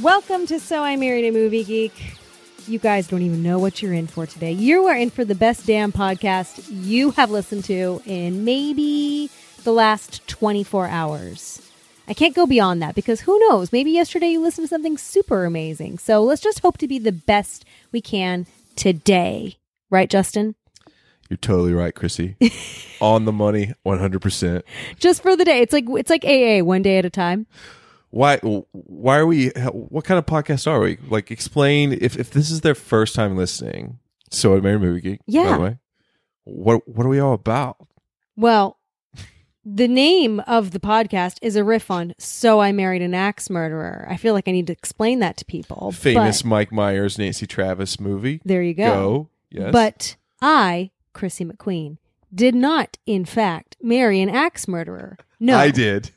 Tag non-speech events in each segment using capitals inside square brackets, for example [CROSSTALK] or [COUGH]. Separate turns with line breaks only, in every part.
Welcome to So I Married a Movie Geek. You guys don't even know what you're in for today. You are in for the best damn podcast you have listened to in maybe the last 24 hours. I can't go beyond that because who knows? Maybe yesterday you listened to something super amazing. So let's just hope to be the best we can today. Right, Justin?
You're totally
[LAUGHS]
right, Chrissy. On the money, 100%.
Just for the day. It's like it's like AA, one day at a time.
Why why are we what kind of podcast are we? Like explain if if this is their first time listening. So I married a movie geek. By
Yeah.
the way, what what are we all about?
Well, the name of the podcast is a riff on So I Married an Axe Murderer. I feel like I need to explain that to people.
Famous
but-
Mike Myers Nancy Travis movie.
There you go.
Yes.
But I, Chrissy McQueen, did not, in fact, marry an axe murderer. No. [LAUGHS]
I did.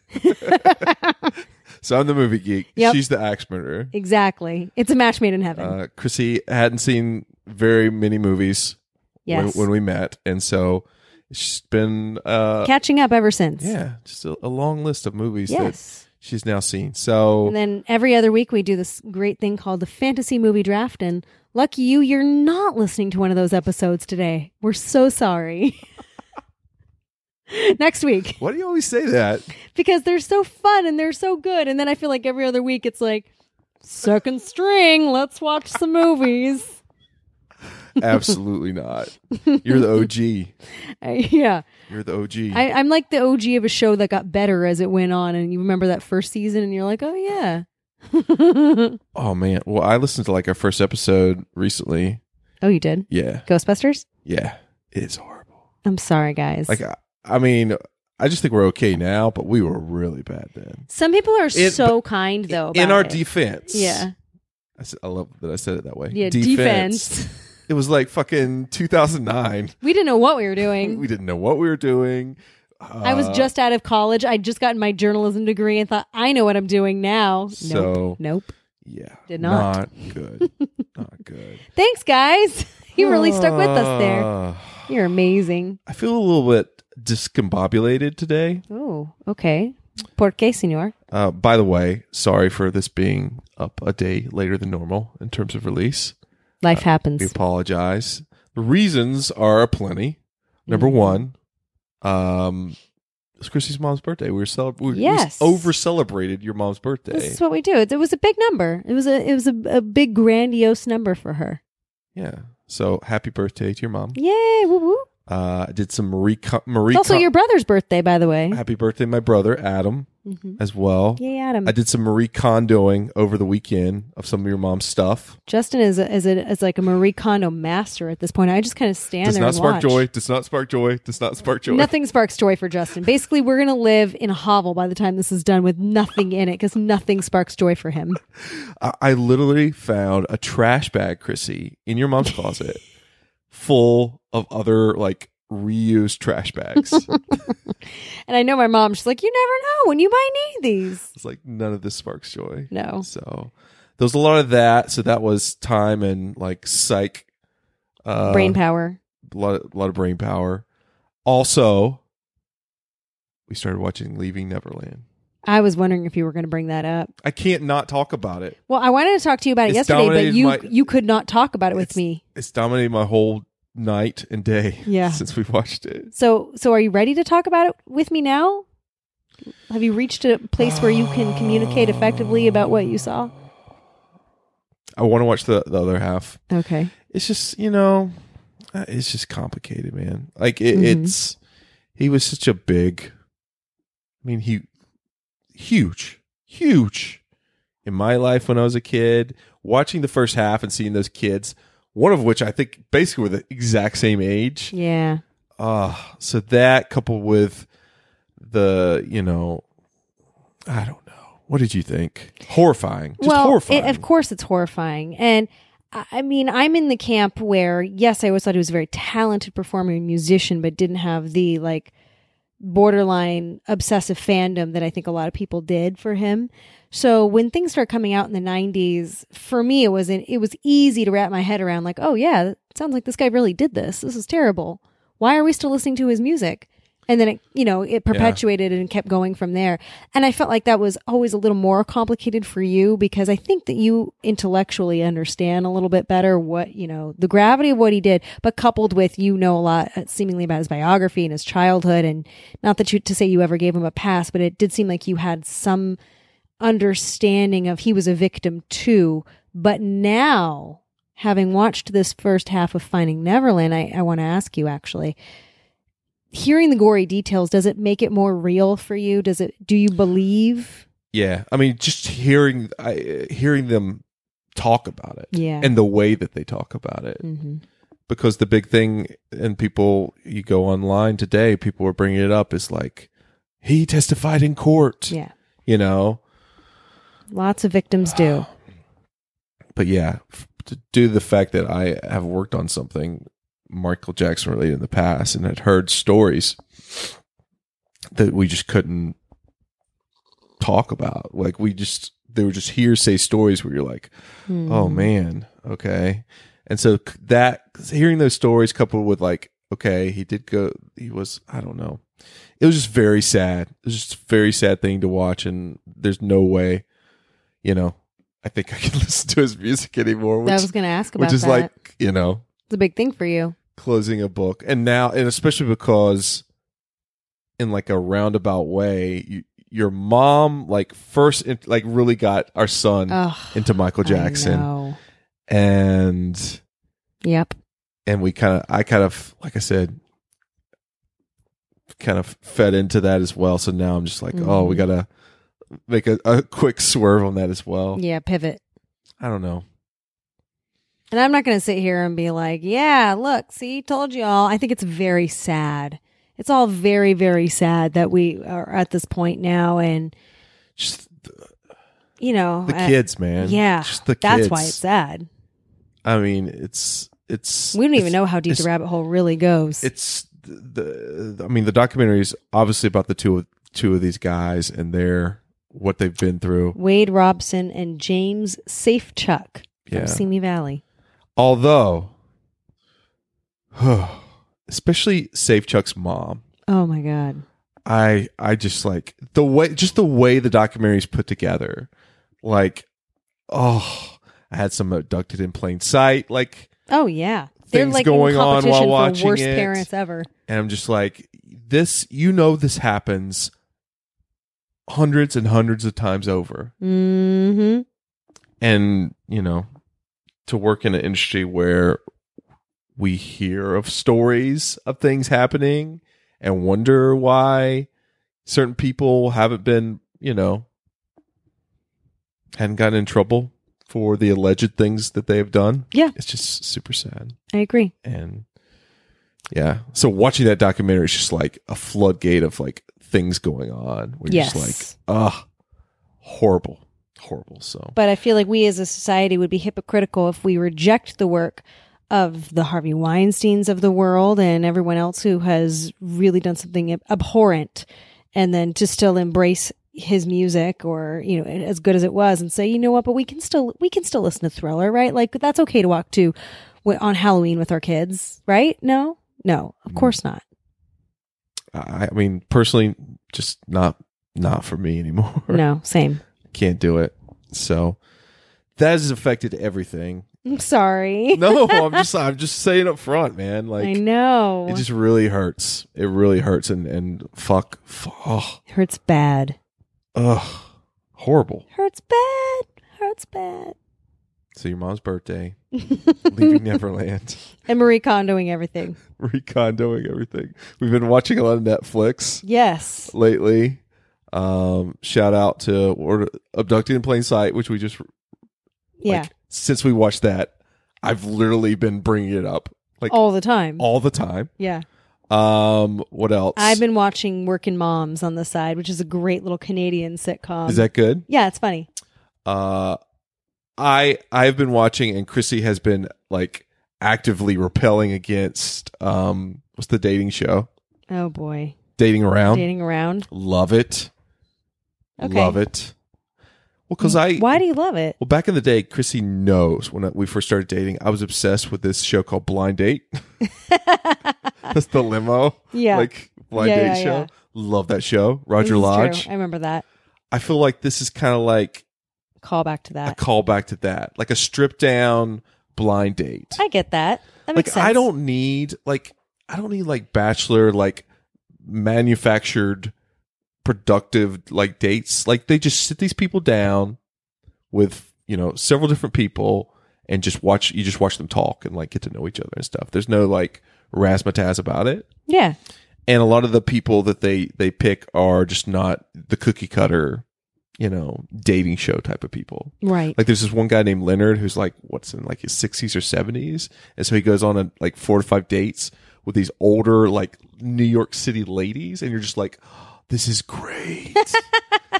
so I'm the movie geek.
Yep.
She's the axe murderer.
Exactly. It's a match made in heaven.
Uh, Chrissy hadn't seen very many movies
yes.
when, when we met, and so it's been uh,
Catching up ever since.
Yeah, just a, a long list of movies
Yes.
that she's now seen. So
And then every other week we do this great thing called the fantasy movie draft. And lucky you, you're not listening to one of those episodes today. We're so sorry. [LAUGHS] Next week,
why do you always
[LAUGHS]
say that?
because they're so fun and they're so good. And then I feel like every other week it's like, second string, let's watch some movies. [LAUGHS]
Absolutely not. You're the OG.
I, yeah.
You're the OG.
I, I'm like the OG of a show that got better as it went on. And you remember that first season and you're like, oh, yeah. [LAUGHS]
oh man. Well, I listened to like our first episode recently.
Oh, you did?
Yeah,
Ghostbusters?
yeah. It's horrible.
I'm sorry, guys.
Like, I, I mean, I just think we're okay now, but we were really bad then.
Some people are
It-
so kind, though.
In
about
our
it.
defense,
Yeah.
I, s- I love that I said it that way.
Yeah, defense. [LAUGHS]
It was like fucking 2009.
We didn't know what we were doing.
We didn't know what we were doing.
I was
Uh,
just out of college. I'd just gotten my journalism degree and thought, I know what I'm doing now.
So-
nope. Nope.
Yeah.
Did not. [LAUGHS]
Not good. not good.
Thanks, guys. [LAUGHS] You really stuck with us there.
Ah.
You're amazing.
I feel a little bit discombobulated today.
Oh, okay. Por qué, señor?
Uh, by the way, sorry for this being up a day later than normal in terms of release.
Life
We
happens.
apologize. The reasons are aplenty. Number
Mm-hmm.
one, um, it's Chrissy's mom's birthday. We were celeb- we,
Yes.
over celebrated your mom's
This
birthday.
is what we do. It, it was a big number. It was a it was a, a big grandiose number for her.
yeah. So happy birthday to your mom.
Yay! Woo woo.
Uh, I did some recon. Marie
It's also your brother's birthday, by the way.
Mm-hmm. happy birthday, my brother Adam,
Mhm.
as well.
Yay, Adam.
I did some Marie Kondoing over the weekend of some of your mom's stuff.
Justin is a, is, a, is like a Marie Kondo master at this point. I just kind of stand
does
there
not
and
spark
watch.
joy. Does not spark joy. Does not spark joy.
Nothing sparks joy for Justin. Basically, we're gonna live in a hovel by the time this is done with nothing in it because nothing sparks joy for him.
I, I literally found a trash bag, Chrissy, in your
[LAUGHS]
mom's closet, full of other like reused
[LAUGHS]
trash bags. it's
And I know my mom. She's like, you never know when you might need these.
like none of this sparks joy.
No.
So there was a lot of that. So that was time and like psych. Uh,
Brain power.
a lot of, lot of brain power. Also, we started watching Leaving Neverland.
I was wondering if you were going to bring that up.
I can't not talk about it.
Well, I wanted to talk to you about it
It's
yesterday, but
dominated
you
my-
you could not talk about it with
It's-
me.
It's dominated my whole night and day [LAUGHS]
Yeah.
since we watched it.
So so are you ready to talk about it with me now? Have you reached a place where you can communicate effectively about what you saw?
I want to watch the, the other half.
Okay.
It's just, you know, uh, it's just complicated, man. Like it,
Mhm.
it's he was such a big I mean, he huge, huge in my life when I was a kid, watching the first half and seeing those kids, one of which I think basically were the exact same age.
Yeah.
Uh, so that coupled with the, you know, I don't know. What did you think? Horrifying. Just
well,
horrifying.
It, of course, it's horrifying. And I I mean, I'm in the camp where, yes, I always thought he was a very talented performer and musician, but didn't have the like borderline obsessive fandom that I think a lot of people did for him. So when things started coming out in the 90s, for me, it was an, it was easy to wrap my head around like, oh yeah, it sounds like this guy really did this. This is terrible. Why are we still listening to his music? And then it, you know, it perpetuated and kept going from there. And I felt like that was always a little more complicated for you because I think that you intellectually understand a little bit better what, you know, the gravity of what he did, but coupled with you know a lot uh, seemingly about his biography and his childhood. And not that you, to say you ever gave him a pass, but it did seem like you had some understanding of he was a victim too. But now, having watched this first half of Finding Neverland, I, I want to ask you actually hearing the gory details does it make it more real for you does it do you believe
yeah. I mean, just hearing I, hearing them talk about it
yeah
and the way that they talk about it.
hmm
because the big thing and people you go online today people are bringing it up is like he testified in court
yeah
you know
lots of victims do
but yeah f- to do the fact that i have worked on something michael jackson related in the past and had heard stories that we just couldn't talk about like we just they were just hearsay stories where you're like
Hmm.
oh man okay and so c- that hearing those stories coupled with like okay he did go he was i don't know it was just very sad it was just a very sad thing to watch and there's no way you know i think i can [LAUGHS] listen to his music anymore which,
i was gonna ask about
which is
that
like you know
it's a big thing for you
closing a book and now and especially because in like a roundabout way you, your mom like first in, like really got our son
Ugh,
into michael
Oh, I
jackson
know.
and
yep
and we kind of i kind of like i said kind of fed into that as well so now i'm just like oh we
Mhm.
gotta make a, a quick swerve on that as well
yeah pivot
i don't know
and i'm not gonna sit here and be like yeah look see told you all i think it's very sad it's all very very sad that we are at this point now and
just the,
you know
the
I-
kids man
yeah
just the
that's
kids.
why it's sad
i mean it's it's
we don't even
it's-
know how deep the
it's-
rabbit hole really goes
it's the, the i mean the documentary is obviously about the two of two of these guys and their what they've been through
Wade Robson and James Safechuck from
Yeah.
Simi Valley.
although [SIGHS] especially safe chuck's mom
Oh my God.
I I just like the way just the way the documentary is put together. Like, oh, I had some abducted in plain sight. Like,
Oh yeah. They're
Things
like
going
in
on while
competition
watching
for worst
it.
parents ever.
and I'm just like this. You know, this happens hundreds and hundreds of times over.
Mm-hmm.
And you know, to work in an industry where we hear of stories of things happening and wonder why certain people haven't been, you know, hadn't gotten in trouble for the alleged things that they have done.
Yeah.
It's just super sad.
I agree.
And yeah. So watching that documentary is just like a floodgate of like things going on. Where you're
Yes.
just like, ugh, horrible. Horrible. So
But I feel like we as a society would be hypocritical if we reject the work of the Harvey Weinsteins of the world and everyone else who has really done something ab- abhorrent and then to still embrace his music or you know as good as it was and say you know what but we can still we can still listen to thriller right like that's okay to walk to wi- on halloween with our kids right no no
Mm-hmm.
of course not
I, I mean, personally, just not not for me anymore.
no same
[LAUGHS] Can't do it. So that has affected everything. [LAUGHS]
i'm sorry
No, I'm just I'm just saying up front, man.
i
Like
know
it just really hurts. It really hurts and and fuck, fuck oh,
it hurts bad
ugh, horrible.
hurts bad hurts bad
So your mom's birthday,
[LAUGHS]
leaving Neverland, [LAUGHS]
and Marie Kondoing everything.
recondoing everything. We've been watching a lot of Netflix.
Yes.
lately. Um, shout out to or Abducted in Plain Sight, which we just
Yeah.
like, since we watched that, I've literally been bringing it up like all,
All the time.
the time.
yeah.
Um, what else?
I've been watching Working Moms on the side, which is a great little Canadian sitcom.
Is that good?
yeah, it's funny.
Uh, I I've been watching, and Chrissy has been like actively repelling against um, what's the dating show?
Oh boy,
Dating around.
dating around.
Love it.
Okay.
Love it. Well, because I
Why do you love it? [LAUGHS]
well back in the day, Chrissy knows when we first started dating, I was obsessed with this show called Blind Date. [LAUGHS] That's the limo,
Yeah,
like blind
Yeah,
date
yeah,
show.
yeah.
Love that show,
This
Roger
is
Lodge.
True. I remember that.
I feel like this is kind of like
Call back to
a
that.
callback to that, like a stripped down blind date.
I get that. That
like
makes sense.
I don't need like I don't need like bachelor like manufactured productive like dates. Like they just sit these people down with you know several different people and just watch you just watch them talk and like get to know each other and stuff. There's no like razzmatazz about it.
Yeah.
And a lot of the people that they they pick are just not the cookie cutter, you know, dating show type of people.
Right.
Like there's this one guy named Leonard who's like what's in like his 60s or 70s, and so he goes on a, like four to five dates with these older like New York City ladies, and you're just like, this
[LAUGHS]
is great, this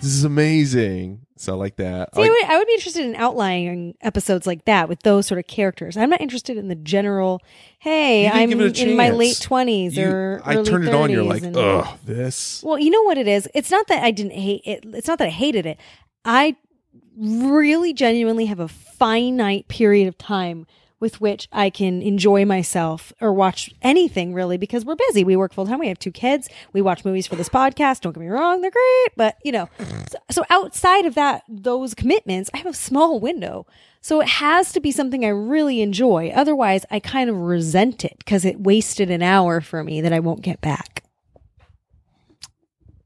is amazing. So I like that. I
See, I,
like-
would, I would be interested in outlining episodes like that with those sort of characters. I'm not interested in the general. Hey,
You didn't
I'm
give it a
in my
chance.
late twenties
you-
or
I
early
turned it on. You're
30s,
like,
and-
ugh, this.
Well, you know what it is. It's not that I didn't hate it. It's not that I hated it. I really genuinely have a finite period of time with which I can enjoy myself or watch anything really because we're busy. We work full time. We have two kids. We watch movies for this podcast. Don't get me wrong, they're great, but you know, so, so outside of that those commitments, I have a small window. So it has to be something I really enjoy. Otherwise, I kind of resent it because it wasted an hour for me that I won't get back.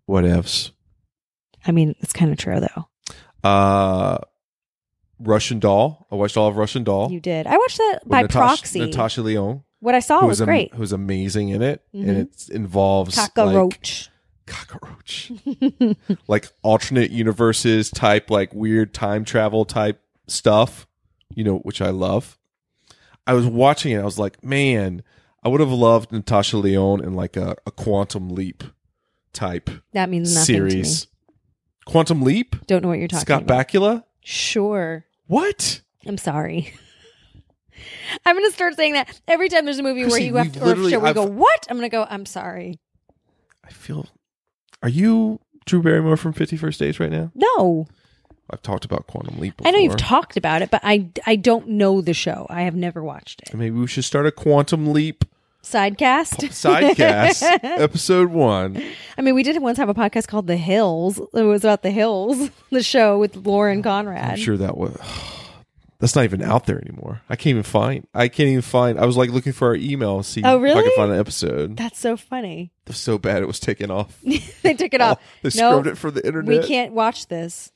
What ifs?
I mean, it's kind of true though.
Uh, Russian Doll. I watched all of Russian Doll
You did. I watched that
Oh. with
by
Natasha,
proxy.
Natasha Leon,
what I saw
who
was
am-
great.
who's amazing in it,
Mhm.
and it involves like,
Cockroach.
cockroach [LAUGHS] like alternate universes type like weird time travel type stuff you know which i love i was watching it i was like man i would have loved natasha leone in like a, a quantum leap type
that means nothing to
series quantum leap
me. Don't know what you're talking
scott
about.
bakula
Sure.
what
I'm sorry. [LAUGHS] I'm going to start saying that every time there's a movie where
Chrissy,
you have
we
to, or a
literally-
show where you
I've-
go, what? I'm going to go, I'm sorry.
i feel are you drew barrymore from 51st days right now
No.
i've talked about quantum leap
I know you've
before.
talked about it, but I, I don't know the show. I have never watched it.
maybe we should start a quantum leap
Sidecast?
sidecast
[LAUGHS]
episode one
I mean, we did once have a podcast called The Hills. It was about The Hills, [LAUGHS] the show with Lauren Conrad.
Oh, I'm sure that was. [SIGHS] That's not even out there anymore. I can't even find. I can't even find. I was like looking for our email, see
Oh,
if I
really?
could find an episode. It
That's so funny. [LAUGHS]
was so bad it was taken off.
they took it off.
Oh, They
no,
scrubbed it for the
we
internet.
can't watch this.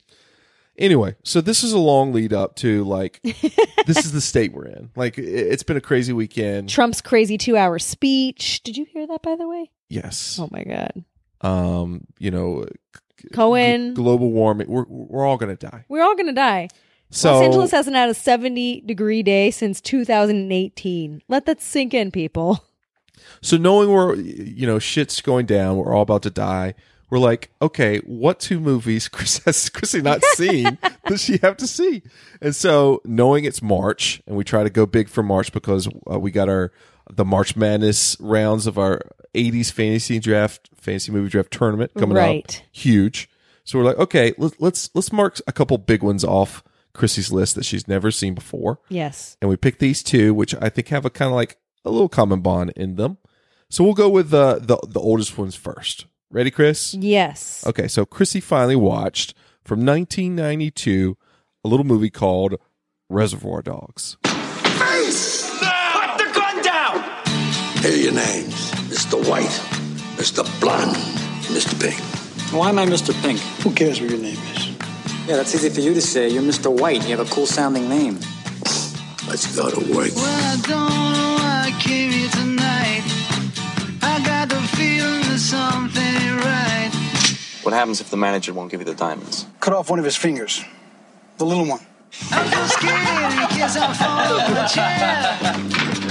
Anyway, so this is a long lead up to
[LAUGHS]
like this is the state we're in. Like i- it's been a crazy weekend.
Trump's crazy two hour speech. Did you hear that, by the way?
yes.
Oh my God.
Um. You know,
Cohen.
gl- global warming. We're we're all gonna die.
We're all going to die.
So
Los Angeles hasn't had a 70 degree day since 2018. Let that sink in, people.
So knowing we're you know shit's going down, we're all about to die. We're like, okay, what two movies [LAUGHS] Chris has Chrissy not
[LAUGHS]
seen does she have to see? And so knowing it's March, and we try to go big for March because uh, we got our the March Madness rounds of our '80s fantasy draft, fantasy movie draft tournament coming
Right.
up, huge. So we're like, okay, let's let's let's mark a couple big ones off Chrissy's list that she's never seen before
Yes.
and we picked these two, which I think have a kind of like a little common bond in them. So we'll go with the the, the oldest ones first. Ready, Chris?
Yes.
Okay, so Chrissy finally watched from 1992 a little movie called Reservoir Dogs.
Put the gun down!
Hear your names Mr. White, Mr. Blonde, Mr. Pink.
Why am I Mr. Pink?
Who cares what your name is?
Yeah, that's easy for you to say. You're Mr. White. You have a cool sounding name.
Let's go to work.
Well, I don't know why I came here tonight. I got the feeling that something ain't right.
What happens if the manager won't give you the diamonds?
Cut off one of his fingers. The little one.
I'm just scared in case I fall off my chair.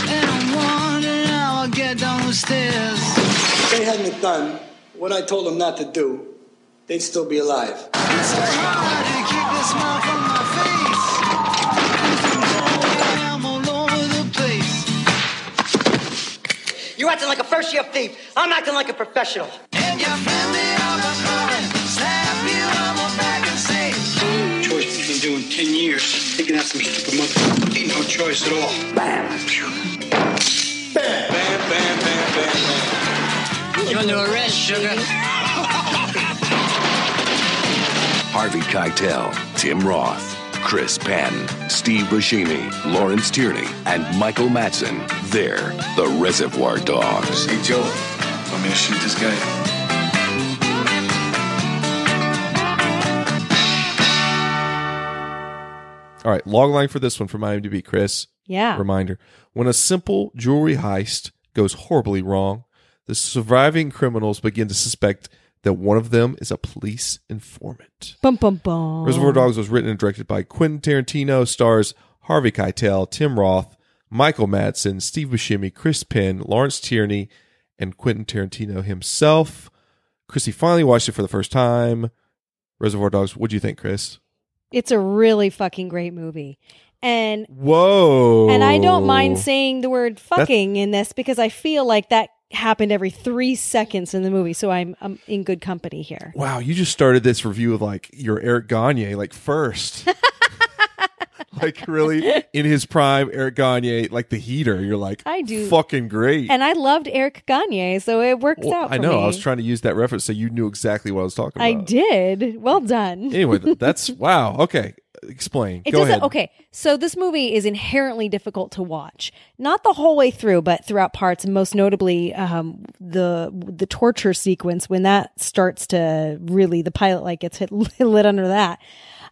And I'm wondering how I'll get down the stairs.
they hadn't done what I told them not to do, they'd still be alive.
It's so hard to keep the smile from my face. I'm all over the place.
You're acting like a first year thief. I'm acting like a professional.
If you friend me, I'm a problem. Slap you, I'm a back and say.
Choice he's been doing 10 years, thinking out some stupid mother. Ain't no choice at all. Bam! Pew. Bam! Bam! Bam! Bam! Bam!
You're under arrest, sugar.
Harvey Keitel, Tim Roth, Chris Penn, Steve Buscemi, Lawrence Tierney, and Michael Madsen. They're the Reservoir Dogs. Hey, Joe, want me to shoot this guy?
All right, log line for this one from IMDb, Chris.
Yeah.
Reminder When a simple jewelry heist goes horribly wrong, the surviving criminals begin to suspect that one of them is a police informant.
Bum bum bum.
Reservoir Dogs was written and directed by Quentin Tarantino, stars Harvey Keitel, Tim Roth, Michael Madsen, Steve Buscemi, Chris Penn, Lawrence Tierney, and Quentin Tarantino himself. Chrissy finally watched it for the first time. Reservoir Dogs, what do you think, Chris?
It's a really fucking great movie. And
Whoa.
and I
Oh.
don't mind saying the word fucking in this because I feel like that happened every 3 seconds in the movie, so I'm I'm in good company here.
Wow, you just started this review of like your Eric Gagne
[LAUGHS]
like first. like really in his prime Eric Gagne like the heater. You're like
I do.
fucking great.
And I loved Eric Gagne, so it worked
Well,
out for
I know.
me.
I was trying to use that reference so you knew exactly what I was talking about.
I did. Well done.
Anyway, th- that's wow. Okay, explain.
It
Go
doesn't.
ahead.
Okay, so this movie is inherently difficult to watch, not the whole way through, but throughout parts, and most notably um, the the torture sequence when that starts to really the pilot like gets hit [LAUGHS] lit under that.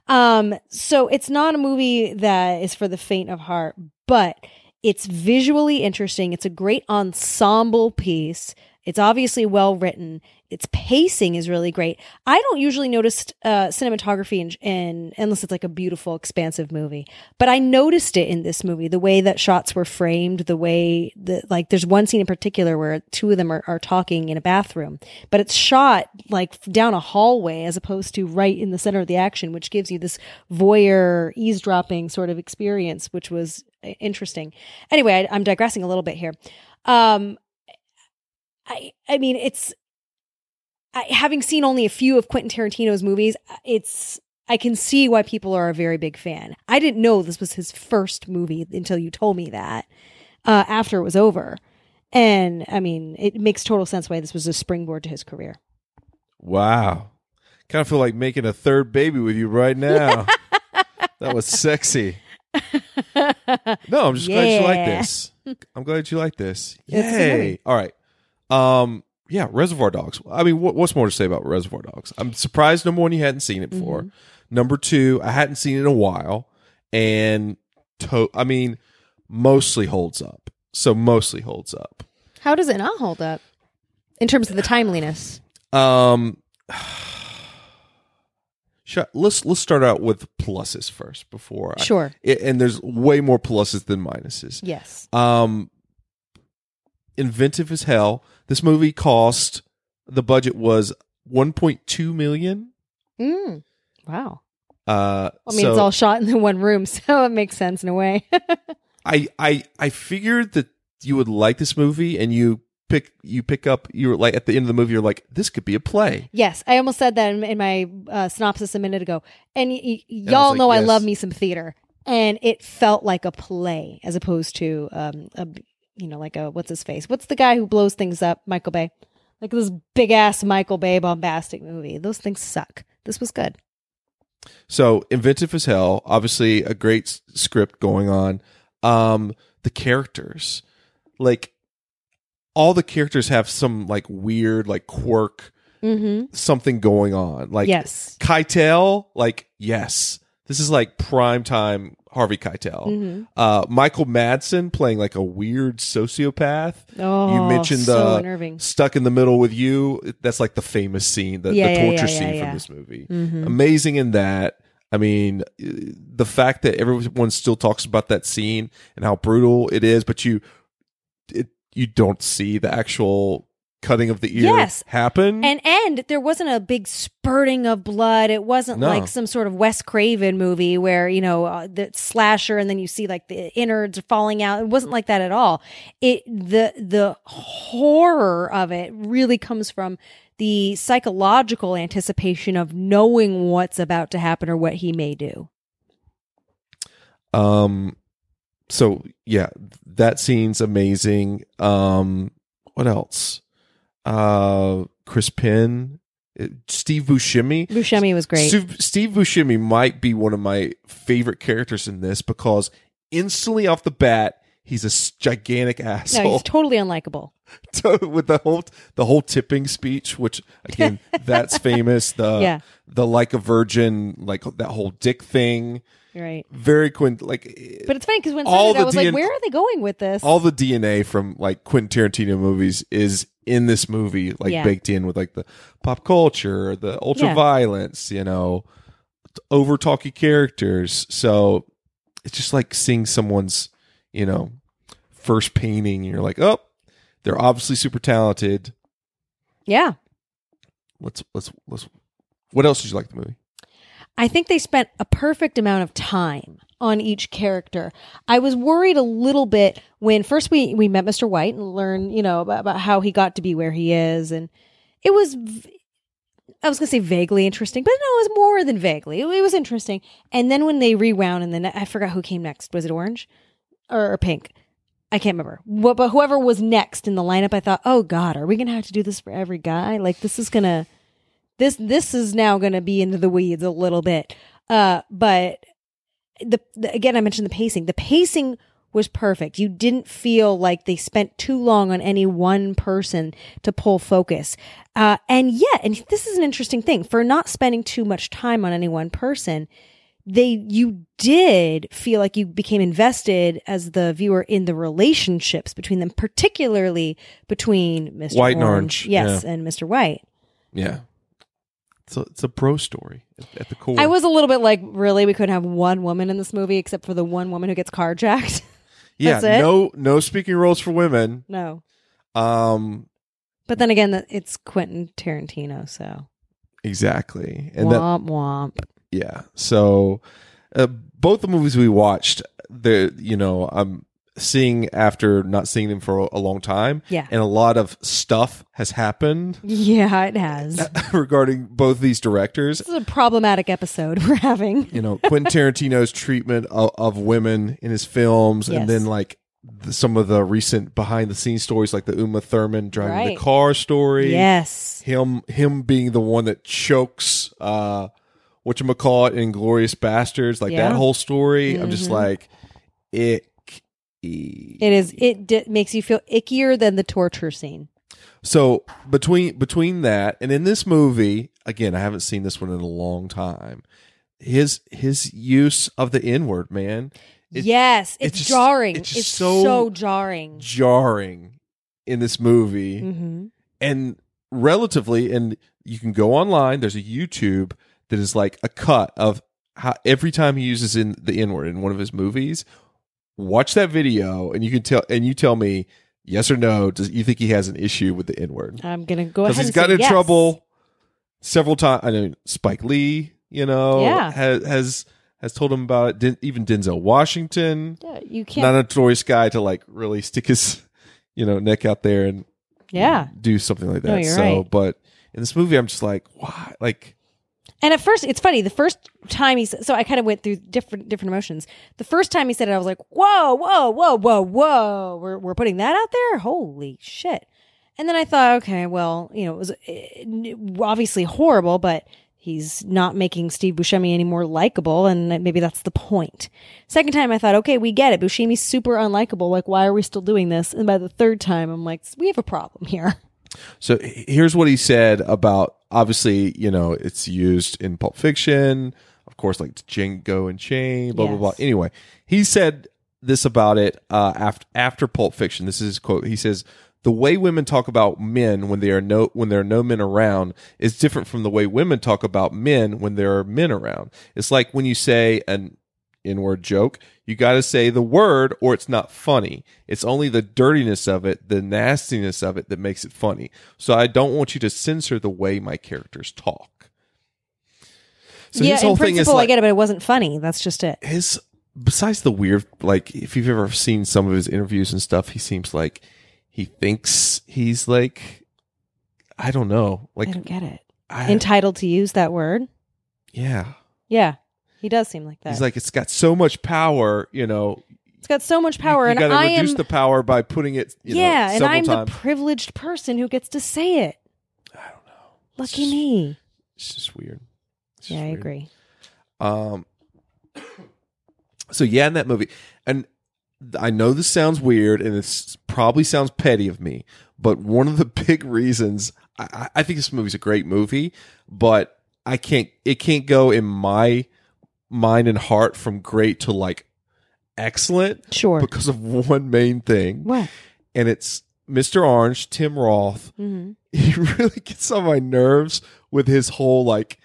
Um, so it's not a movie that is for the faint of heart, but it's visually interesting. It's a great ensemble piece. It's obviously well written. Its pacing is really great. I don't usually notice uh, cinematography in, in, unless it's like a beautiful, expansive movie, but I noticed it in this movie. The way that shots were framed, the way that like there's one scene in particular where two of them are, are talking in a bathroom, but it's shot like down a hallway as opposed to right in the center of the action, which gives you this voyeur eavesdropping sort of experience, which was i- interesting. Anyway, I, I'm digressing a little bit here. Um, I I mean it's I, having seen only a few of Quentin Tarantino's movies, it's I can see why people are a very big fan. I didn't know this was his first movie until you told me that uh, after it was over, and I mean it makes total sense why this was a springboard to his career.
Wow. Kind of feel like making a third baby with you
[LAUGHS]
right now. that was sexy. No, I'm just glad you like
Yeah.
this. I'm glad you like this.
It's a good
Yay.
movie.
All right. Um yeah, Reservoir Dogs. I mean, what, what's more to say about Reservoir Dogs? I'm surprised number one you hadn't seen it before.
Mm-hmm.
Number two, I hadn't seen it in a while and to- I mean, mostly holds up. So mostly holds up.
How does it not hold up in terms of the timeliness?
Um, [SIGHS] sh- let's let's start out with pluses first before I-
Sure.
I- and there's way more pluses than minuses.
Yes,
Um, inventive as hell. This movie cost the budget was 1.2 million.
mm. wow.
Uh,
I mean, it's
so-
all shot in the one room, [LAUGHS] so it makes sense in a way.
I I I figured that you would like this movie, and you pick you pick up. You were like at the end of the movie, you're like, this could be a play.
yes, I almost said that in, in my uh, synopsis a minute ago. And y- y- y'all
like,
know I
yes.
love me some theater, and it felt like a play as opposed to um a b- you know like a what's his face? What's the guy who blows things up? Michael Bay, like this big ass Michael Bay bombastic movie. Those things suck. This was good.
So inventive as hell. Obviously, a great s- script going on. Um, the characters, like all the characters, have some like weird like quirk,
Mm-hmm.
something going on. Like
yes.
Keitel, like yes, this is like prime time Harvey Keitel.
Mhm.
Uh, Michael Madsen playing like a weird sociopath.
Oh,
you mentioned
so
the
unnerving.
stuck in the middle with you. That's like the famous scene, the,
Yeah,
the
yeah,
torture
yeah,
scene
yeah, yeah.
from this movie.
Mhm.
Mm-hmm. Amazing in that. I mean, uh, the fact that everyone still talks about that scene and how brutal it is, but you, it, you don't see the actual cutting of the ear
Yes.
happen.
And and there wasn't a big spurting of blood. It wasn't
No.
like some sort of Wes Craven movie where you know uh, the slasher and then you see like the innards falling out. It
Mm-hmm.
wasn't like that at all. It the the horror of it really comes from the psychological anticipation of knowing what's about to happen or what he may do.
Um, so yeah, that scene's amazing. Um, what else? Uh, Chris Penn, uh, Steve Buscemi.
Buscemi was great.
Steve, Steve Buscemi might be one of my favorite characters in this because instantly off the bat, he's a s- gigantic
no,
asshole
he's
[LAUGHS]
totally unlikable.
with the whole the whole tipping speech, which
[LAUGHS]
again, that's famous. The
Yeah.
the like a virgin, like that whole dick thing.
Right.
Very quint like
But it's funny because when
All
started, I
the
was like,
DN
where are they going with this?
all the DNA from like Quentin Tarantino movies is in this movie, like
Yeah.
baked in with like the pop culture, the ultra
Yeah.
violence, you know, over talky characters. So it's just like seeing someone's, you know, first painting, and you're like, oh, they're obviously super talented.
yeah.
Let's let's let's. What else did you like the movie?
I think they spent a perfect amount of time on each character. I was worried a little bit when first we we met Mr. White and learned, you know, about, about how he got to be where he is and it was v- I was going to say vaguely interesting, but no, it was more than vaguely. It, it was interesting. And then when they rewound and then I forgot who came next. Was it orange or, or pink? I can't remember. What but whoever was next in the lineup, I thought, "Oh god, are we going to have to do this for every guy? Like this is going to this this is now going to be into the weeds a little bit uh but the, the again i mentioned the pacing the pacing was perfect you didn't feel like they spent too long on any one person to pull focus uh and yet and this is an interesting thing for not spending too much time on any one person they you did feel like you became invested as the viewer in the relationships between them particularly between mr
White and Orange,
yes
yeah.
and mr white
Yeah, it's a, it's a bro story at, at the core.
I was a little bit like, really, we couldn't have one woman in this movie except for the one woman who gets carjacked. [LAUGHS]
yeah,
that's it?
no no speaking roles for women.
no,
Um,
but then again, that- it's Quentin Tarantino, so
exactly, and that
womp womp.
yeah so uh, both the movies we watched the you know i'm seeing after not seeing them for a long time
Yeah.
and a lot of stuff has happened [LAUGHS]
Yeah, it has.
Uh,
this
regarding both these directors
is a problematic episode [LAUGHS] we're having.
you know quentin tarantino's treatment of, of women in his films
Yes.
and then like the, some of the recent behind the scenes stories like the uma thurman driving
Right.
the car story
Yes.
him him being the one that chokes uh whatchamacallit in Glorious Bastards, like
Yeah.
that whole story. I'm just
Mhm.
like it
It is. It di- makes you feel ickier than the torture scene.
so between between that and in this movie, again, I haven't seen this one in a long time. His his use of the N word, man. It-
yes, it's,
it's just-
jarring. It's,
it's just
so,
so-
jarring.
jarring in this movie.
hmm
and relatively and you can go online there's a youtube that is like a cut of how every time he uses in the n word in one of his movies watch that video and you can tell and you tell me yes or no does you think he has an issue with the n word
I'm gonna go ahead.
because he's
and
got
say
in
yes.
trouble several times i know spike lee you know
Yeah.
has has has told him about it Den- even denzel washington
Yeah, you can't.
not a notorious guy to like really stick his you know neck out there and
yeah.
do something like that.
No, you're
so,
right.
but in this movie, I'm just like, why? Like,
And at first, it's funny. The first time he said, so I kind of went through different different emotions. The first time he said it, I was like, "Whoa, whoa, whoa, whoa, whoa! We're we're putting that out there? Holy shit!" And then I thought, okay, well, you know, it was eh, obviously horrible, but he's not making Steve Buscemi any more likable, and maybe that's the point. Second time, I thought, okay, we get it. Buscemi's super unlikable. Like, why are we still doing this? And by the third time, I'm like, we have a problem here.
so h- here's what he said about obviously, you know, it's used in Pulp Fiction, of course, like Django and Chain, blah, blah,
Yes.
blah. Anyway, he said this about it uh, after, after Pulp Fiction. This is his quote. He says, the way women talk about men when they are no when there are no men around is different from the way women talk about men when there are men around. It's like when you say an n-word joke you got to say the word or it's not funny it's only the dirtiness of it the nastiness of it that makes it funny so i don't want you to censor the way my characters talk so
yeah,
his whole
in
thing
principle,
is like,
I get it, but it wasn't funny. That's just it.
his besides the weird like if you've ever seen some of his interviews and stuff he seems like he thinks he's like i don't know like
I don't get it.
I-
Entitled to use that word?
yeah
Yeah, he does seem like that.
he's like it's got so much power you know
it's got so much power,
you
and
gotta
I am.
reduce the power by putting it you know,
yeah, and
several
I'm
times
the privileged person who gets to say it. I don't know. Lucky me.
it's just weird It's just
Yeah, I
weird.
agree.
Um, so yeah, in that movie, and th- I know this sounds weird, and this probably sounds petty of me, but one of the [LAUGHS] big reasons I- I, I think this movie's a great movie, but I can't, it can't go in my mind and heart from great to like excellent,
sure,
because of [LAUGHS] one main thing,
What?
and it's Mr. Orange, Tim Roth
Mm-hmm.
[LAUGHS] he really gets on my nerves with his whole like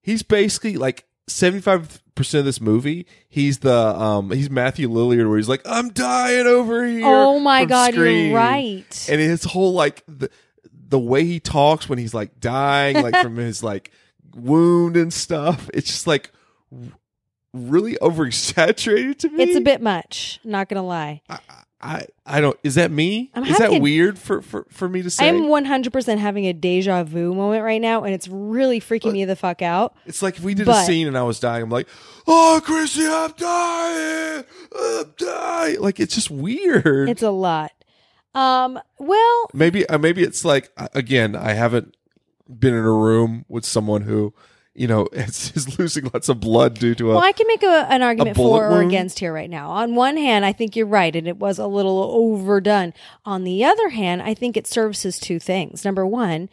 he's basically like 75% of this movie he's the um he's matthew lilliard where he's like i'm dying over here
Oh my
from
God, you're
Scream."
right.
and his whole like the, the way he talks when he's like dying like
[LAUGHS]
from his like wound and stuff it's just like r- really oversaturated to me
It's a bit much. Not gonna lie.
i i don't is that me
I'm
is that
having a-
weird for for for me to say
I'm 100% having a deja vu moment right now, and it's really freaking me the fuck out.
It's like if we did
But-
a scene and I was dying, I'm like, oh, Chrissy, I'm dying. I'm dying. Like, it's just weird.
It's a lot. Um, well,
maybe, uh, maybe it's like, uh, again, I haven't been in a room with someone who, you know, [LAUGHS] is, is losing lots of blood due to a.
well, I can make a, an argument
bullet
for or
wound?
against here right now. On one hand, I think you're right, and it was a little overdone. On the other hand, I think it services two things. Number one,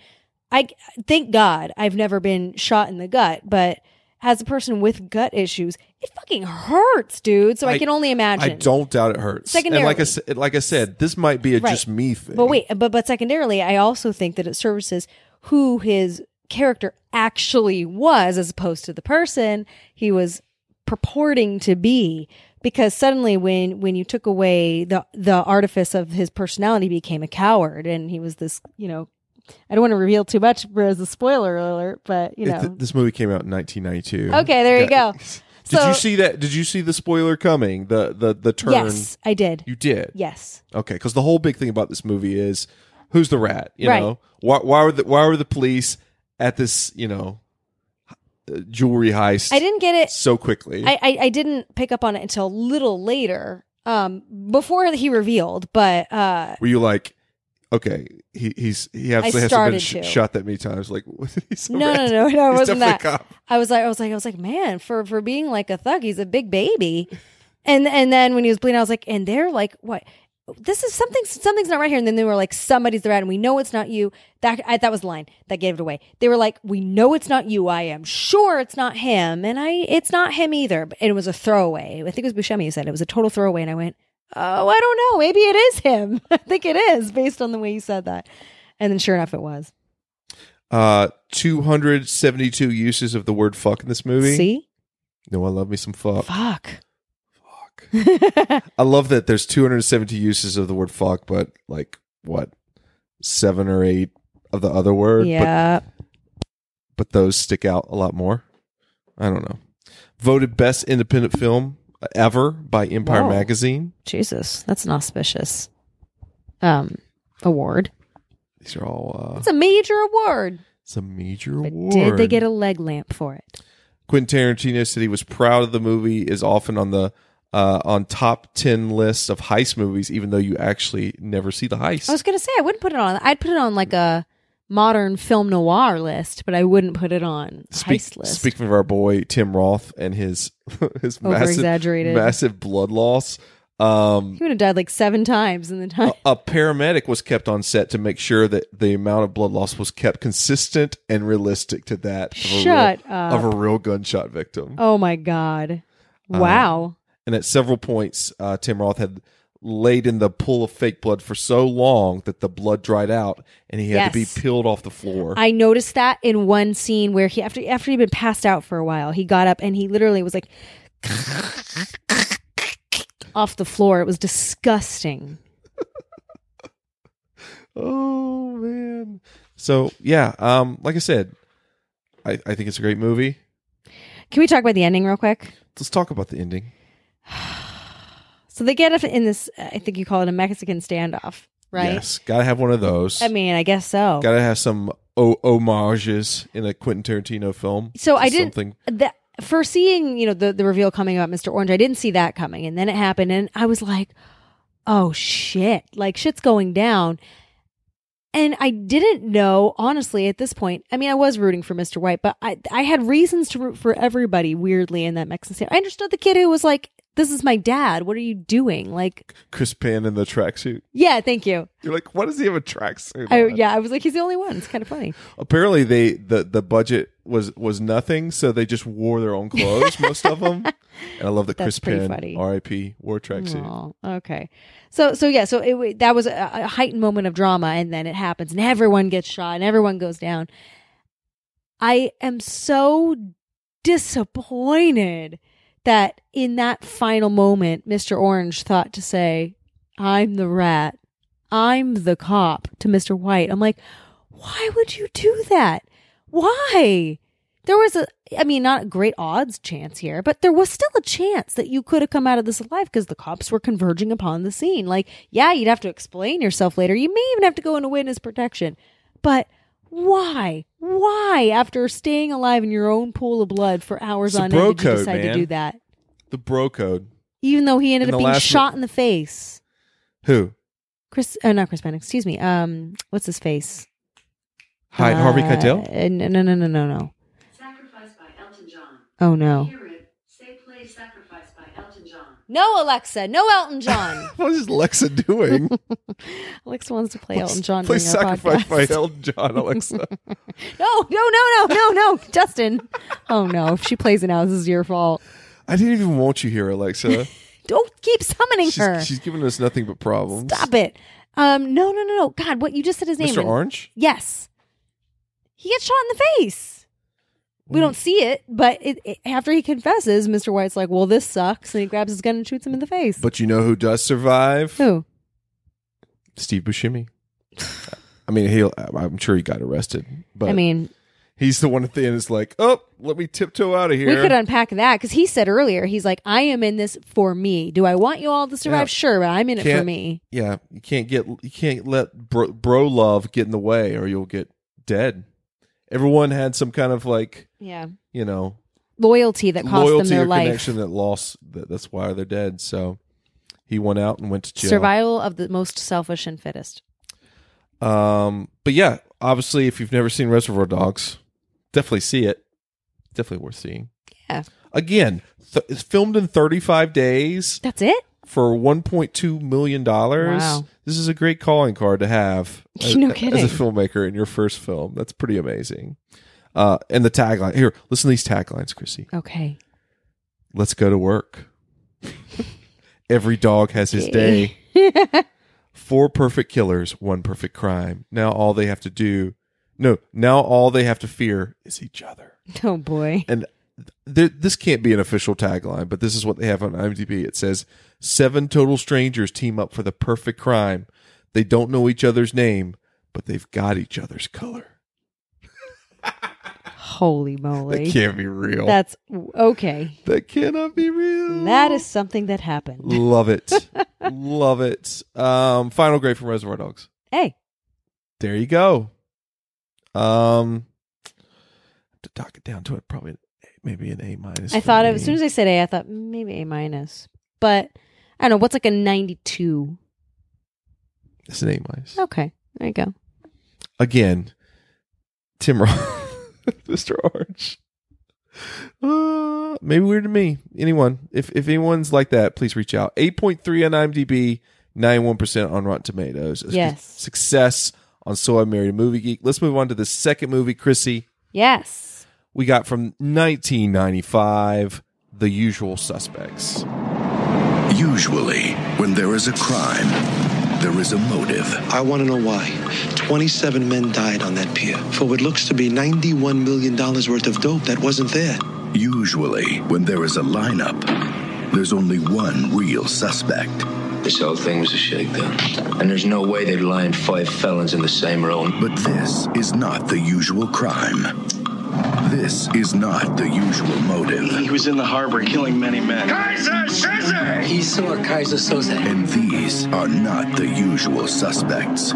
I thank God I've never been shot in the gut, but as a person with gut issues, it fucking hurts, dude. So I,
I-
can only imagine.
I don't doubt it hurts. And like I,
Secondarily.
sa- like I said, this might be a
Right.
just me thing.
But wait, but but secondarily, I also think that it services who his character actually was, as opposed to the person he was purporting to be. Because suddenly, when when you took away the the artifice of his personality, he became a coward, and he was this, you know. I don't want to reveal too much as a spoiler alert, but you
It- th-
know.
this movie came out in 1992.
Okay, there you
Yeah.
go.
Did
So-
you see that? Did you see the spoiler coming? The the the turn.
Yes, I did.
You did.
Yes.
Okay, because the whole big thing about this movie is who's the rat? You
Right.
know, why, why were the why were the police at this you know uh, jewelry heist?
I didn't get it
so quickly.
I, I I didn't pick up on it until a little later, um, before he revealed. But uh,
were you like, okay, he he's he absolutely hasn't been
started
sh-
to.
shot that many times? Like, [LAUGHS] what, he's a
no, no,
rat.
no, no, it
[LAUGHS] He's
wasn't that.
definitely a cop.
I was like, I was like, I was like, man, for for being like a thug, he's a big baby. And and then when he was bleeding, I was like, and they're like, what? This is something. Something's not right here. And then they were like, somebody's the rat, and we know it's not you. That I, that was the line that gave it away. They were like, we know it's not you. I am sure it's not him, and I it's not him either. But it was a throwaway. I think it was Buscemi who said it was a total throwaway, and I went, oh, I don't know. Maybe it is him. [LAUGHS] I think it is based on the way you said that. And then sure enough, it was.
Uh, two hundred seventy-two uses of the word "fuck" in this movie.
See,
no, I love me some fuck.
fuck.
I love that there's 270 uses of the word fuck, but like what seven or eight of the other word.
Yeah.
But, but those stick out a lot more. I don't know. Voted best independent film ever by Empire
Whoa.
Magazine.
Jesus, that's an auspicious um award.
These are all. Uh,
It's a major award.
it's a major award.
Did they get a leg lamp for it?
Quentin Tarantino said he was proud of the movie. Is often on the uh, on top ten lists of heist movies, even though you actually never see the heist.
I was gonna say I wouldn't put it on. I'd put it on like a modern film noir list, but I wouldn't put it on
Speak-
heist list.
Speaking of our boy Tim Roth and his [LAUGHS] his massive
Over-exaggerated.
massive blood loss, um,
he would have died like seven times in the time.
a, a paramedic was kept on set to make sure that the amount of blood loss was kept consistent and realistic to that of a,
Shut
real,
up.
of a real gunshot victim.
Oh my god!
Uh,
Wow.
And at several points, uh, Tim Roth had laid in the pool of fake blood for so long that the blood dried out and he had to
Yes.
be peeled off the floor.
I noticed that in one scene where he after after he'd been passed out for a while, he got up and he literally was like [LAUGHS] off the floor. It was disgusting.
Oh man. So yeah, um, like I said, I, I think it's a great movie.
Can we talk about the ending real quick?
Let's talk about the ending.
So they get up in this, I think you call it a Mexican standoff, right?
Yes, gotta have one of those.
I mean, I guess so.
gotta have some o- homages in a Quentin Tarantino film.
so I
Just
didn't
Something.
that for seeing you know the the reveal coming about Mr. Orange. I didn't see that coming, and then it happened, and I was like, "Oh shit! Like shit's going down." And I didn't know, honestly, at this point. I mean, I was rooting for Mr. White, but I I had reasons to root for everybody. Weirdly, in that Mexican stand, I understood the kid who was like, "This is my dad. What are you doing?" Like,
Chris Pan in the tracksuit.
yeah, thank you.
You're like, why does he have a tracksuit?
I,
on?
Oh, yeah, I was like, he's the only one. It's kind of funny.
Apparently, they the the budget was was nothing, so they just wore their own clothes, most
[LAUGHS]
of them. And I love that
That's
Chris
pretty
Pan,
funny.
R.I.P. wore a tracksuit.
Oh, okay. So so yeah, so it, wa- that was a, a heightened moment of drama, and then it happens, and everyone gets shot, and everyone goes down. I am so disappointed that in that final moment, Mr. Orange thought to say, "I'm the rat, I'm the cop" to Mr. White. I'm like, why would you do that? Why? There was a, I mean, not a great odds chance here, but there was still a chance that you could have come out of this alive because the cops were converging upon the scene. Like, yeah, you'd have to explain yourself later. You may even have to go into witness protection. But why? Why, after staying alive in your own pool of blood for hours
It's a
on
bro
end, did you
code,
decide
man.
to do that?
The bro code.
Even though he ended
In
up
the
being
last-
shot in the face.
Who?
Chris, oh, not Chris Penn, excuse me. Um, what's his face?
Hi, Harvey
Uh,
Keitel.
No, no, no, no, no, no. Oh no. No, Alexa. No Elton John.
What is Alexa doing?
[LAUGHS] Alexa wants to play [LAUGHS]
Let's
Elton John.
Play
during our
Sacrifice by
podcast.
Elton John, Alexa.
[LAUGHS] No, no, no, no, no, no, Justin. Oh no, if she plays it now, this is your fault.
I didn't even want you
[LAUGHS]
here, Alexa.
Don't keep summoning her.
she's, she's giving us nothing but problems.
Stop it. Um, no, no, no, no. God, what you just said his name.
Mr.
and-
Orange?
Yes. He gets shot in the face. We
Mm.
don't see it, but it, it- after he confesses, Mr. White's like, "Well, this sucks," and he grabs his gun and shoots him in the face.
But you know who does survive?
Who?
Steve Buscemi. I mean, he'll. I'm sure he got arrested, but
I mean,
he's the one at the end is like, "Oh, let me tiptoe out of here."
We could unpack that because he said earlier, he's like, I am in this for me. Do I want you all to survive?
Yeah.
Sure, but I'm in it for
Can't-
me.
Yeah, you can't get you can't let bro, bro love get in the way, or you'll get dead. Everyone had some kind of like,
Yeah.
you know,
Loyalty that cost
loyalty
them their
or
life.
connection that lost. That, that's why they're dead. So he went out and went to jail.
Survival of the most selfish and fittest.
Um, but yeah, obviously, if you've never seen Reservoir Dogs, definitely see it. Definitely worth seeing.
Yeah.
Again, th- it's filmed in 35 days
That's it?
for 1.2 million dollars.
Wow.
This is a great calling card to have as,
[LAUGHS] No
as
kidding.
a filmmaker in your first film. That's pretty amazing. Uh, and the tagline here. Listen to these taglines, Chrissy.
Okay.
Let's go to work. Every dog has his day.
[LAUGHS]
Four perfect killers, one perfect crime. Now all they have to do, no, now all they have to fear is each other.
[LAUGHS] Oh boy.
And th- this can't be an official tagline, but this is what they have on IMDb. It says seven total strangers team up for the perfect crime. They don't know each other's name, but they've got each other's color.
Holy
That
moly.
can't be real.
That's okay.
that cannot be real.
That is something that happened.
Love it.
[LAUGHS]
Love it. Um, final grade from Reservoir Dogs.
Hey,
There you go. Um, to dock it down to it, probably maybe an A minus.
I
for
thought
me.
of, as soon as I said A, I thought mm, maybe A minus. But I don't know. What's like a 92?
it's an A minus
Okay. There you go.
again. Tim Roth, [LAUGHS] Mr. Orange. Uh, maybe weird to me. Anyone, if if anyone's like that, please reach out. Eight point three on IMDb, ninety one percent on Rotten Tomatoes. A su-
Yes.
success on So I Married a Movie Geek. Let's move on to the second movie, Chrissy.
Yes.
we got from 1995 the usual suspects
Usually, when there is a crime, there is a motive.
I want to know why. 27 men died on that pier for what looks to be $91 million worth of dope that wasn't there.
Usually, when there is a lineup,
There's only one real suspect.
This whole thing was a shakedown. And there's no way they'd lie in five felons in the same room.
But this is not the usual crime. This is not the usual motive.
He was in the harbor killing many men.
Kaiser Soze!
He saw Kaiser Soze. And these are not the usual suspects.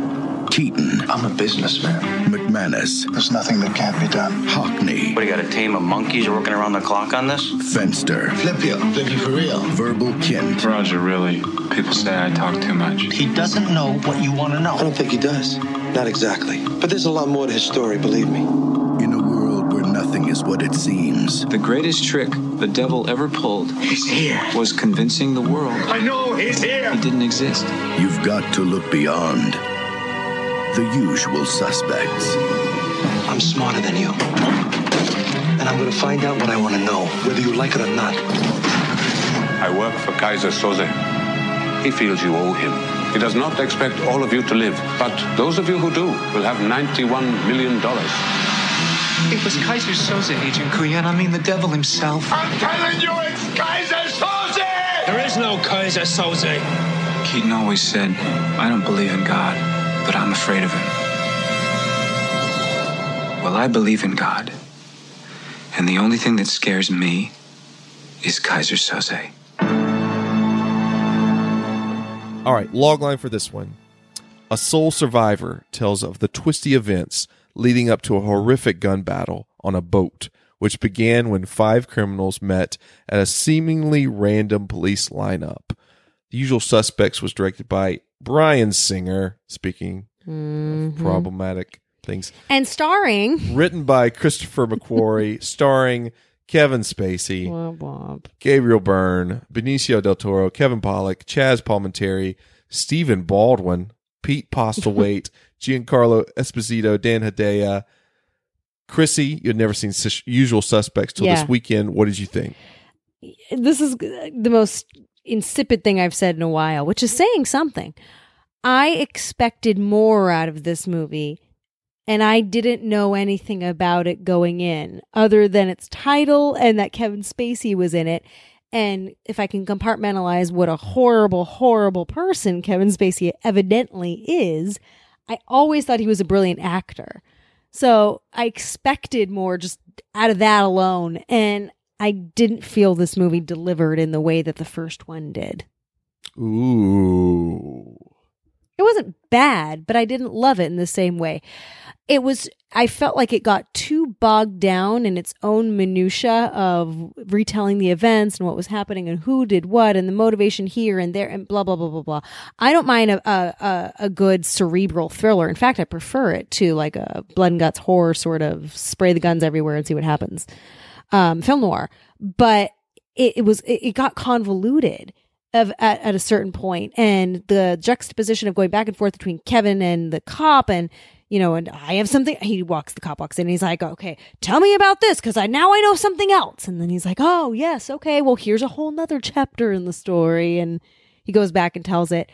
Keaton.
I'm a businessman.
McManus.
There's nothing that can't be done.
Hockney.
What, you got a team of monkeys working around the clock on this?
Fenster.
Flip you. Flip you for real.
Verbal Kent.
Roger, really. People say I talk too much.
He doesn't know what you want to know.
I don't think he does. Not exactly. But there's a lot more to his story, believe me.
In a world where nothing is what it seems,
The greatest trick the devil ever pulled
He's here.
was convincing the world
I know he's here.
he didn't exist.
you've got to look beyond the usual suspects.
I'm smarter than you. And I'm going to find out what I want to know, whether you like it or not.
I work for Kaiser Soze. He feels you owe him. He does not expect all of you to live, but those of you who do will have $91 million.
It was Kaiser Soze, Agent Kuyan. I mean, the devil himself.
I'm telling you, it's Kaiser Soze!
There is no Kaiser Soze. Keaton always said, I don't believe in God, but I'm afraid of him. Well, I believe in God. And the only thing that scares me is Kaiser Soze.
All right, log line for this one. A sole survivor tells of the twisty events leading up to a horrific gun battle on a boat, which began when five criminals met at a seemingly random police lineup. The Usual Suspects was directed by Brian Singer, speaking of problematic things,
And starring.
written by Christopher McQuarrie, starring Kevin Spacey.
Womp womp.
Gabriel Byrne, Benicio del Toro, Kevin Pollak, Chaz Palminteri, Stephen Baldwin, Pete Postlewaite, Giancarlo Esposito, Dan Hedaya, Chrissy. You'd never seen Sus- Usual Suspects till
Yeah.
this weekend. What did you think?
this is the most insipid thing I've said in a while, which is saying something. I expected more out of this movie, and I didn't know anything about it going in, other than its title and that Kevin Spacey was in it. And if I can compartmentalize what a horrible, horrible person Kevin Spacey evidently is, I always thought he was a brilliant actor. So I expected more just out of that alone. And I didn't feel this movie delivered in the way that the first one did.
Ooh.
It wasn't bad, but I didn't love it in the same way. It was, I felt like it got too bogged down in its own minutia of retelling the events and what was happening and who did what and the motivation here and there and blah, blah, blah, blah, blah. I don't mind a, a, a- a good cerebral thriller. In fact, I prefer it to like a blood and guts horror sort of spray the guns everywhere and see what happens um, film noir, but it, it was it, it got convoluted of at, at a certain point, and the juxtaposition of going back and forth between Kevin and the cop, and you know, and I have something. He walks the cop walks in, and he's like, "Okay, tell me about this, because I now I know something else." And then he's like, "Oh yes, okay, well here's a whole nother chapter in the story," and he goes back and tells it.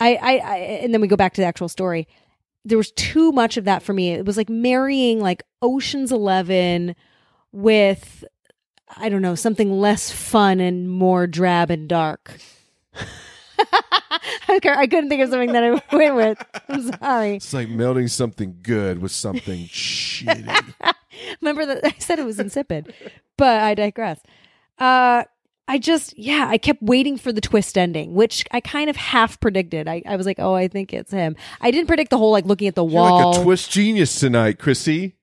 I, I, I and then we go back to the actual story. There was too much of that for me. It was like marrying like Ocean's Eleven with I don't know, something less fun and more drab and dark. [LAUGHS] I cou- I couldn't think of something that I [LAUGHS] went with. I'm sorry.
It's like melding something good with something shitty.
Remember that I said it was insipid, but I digress. Uh, I just, yeah, I kept waiting for the twist ending, which I kind of half predicted. I, I was like, oh, I think it's him. I didn't predict the whole like looking at the
You're
wall.
like a twist genius tonight, Chrissy.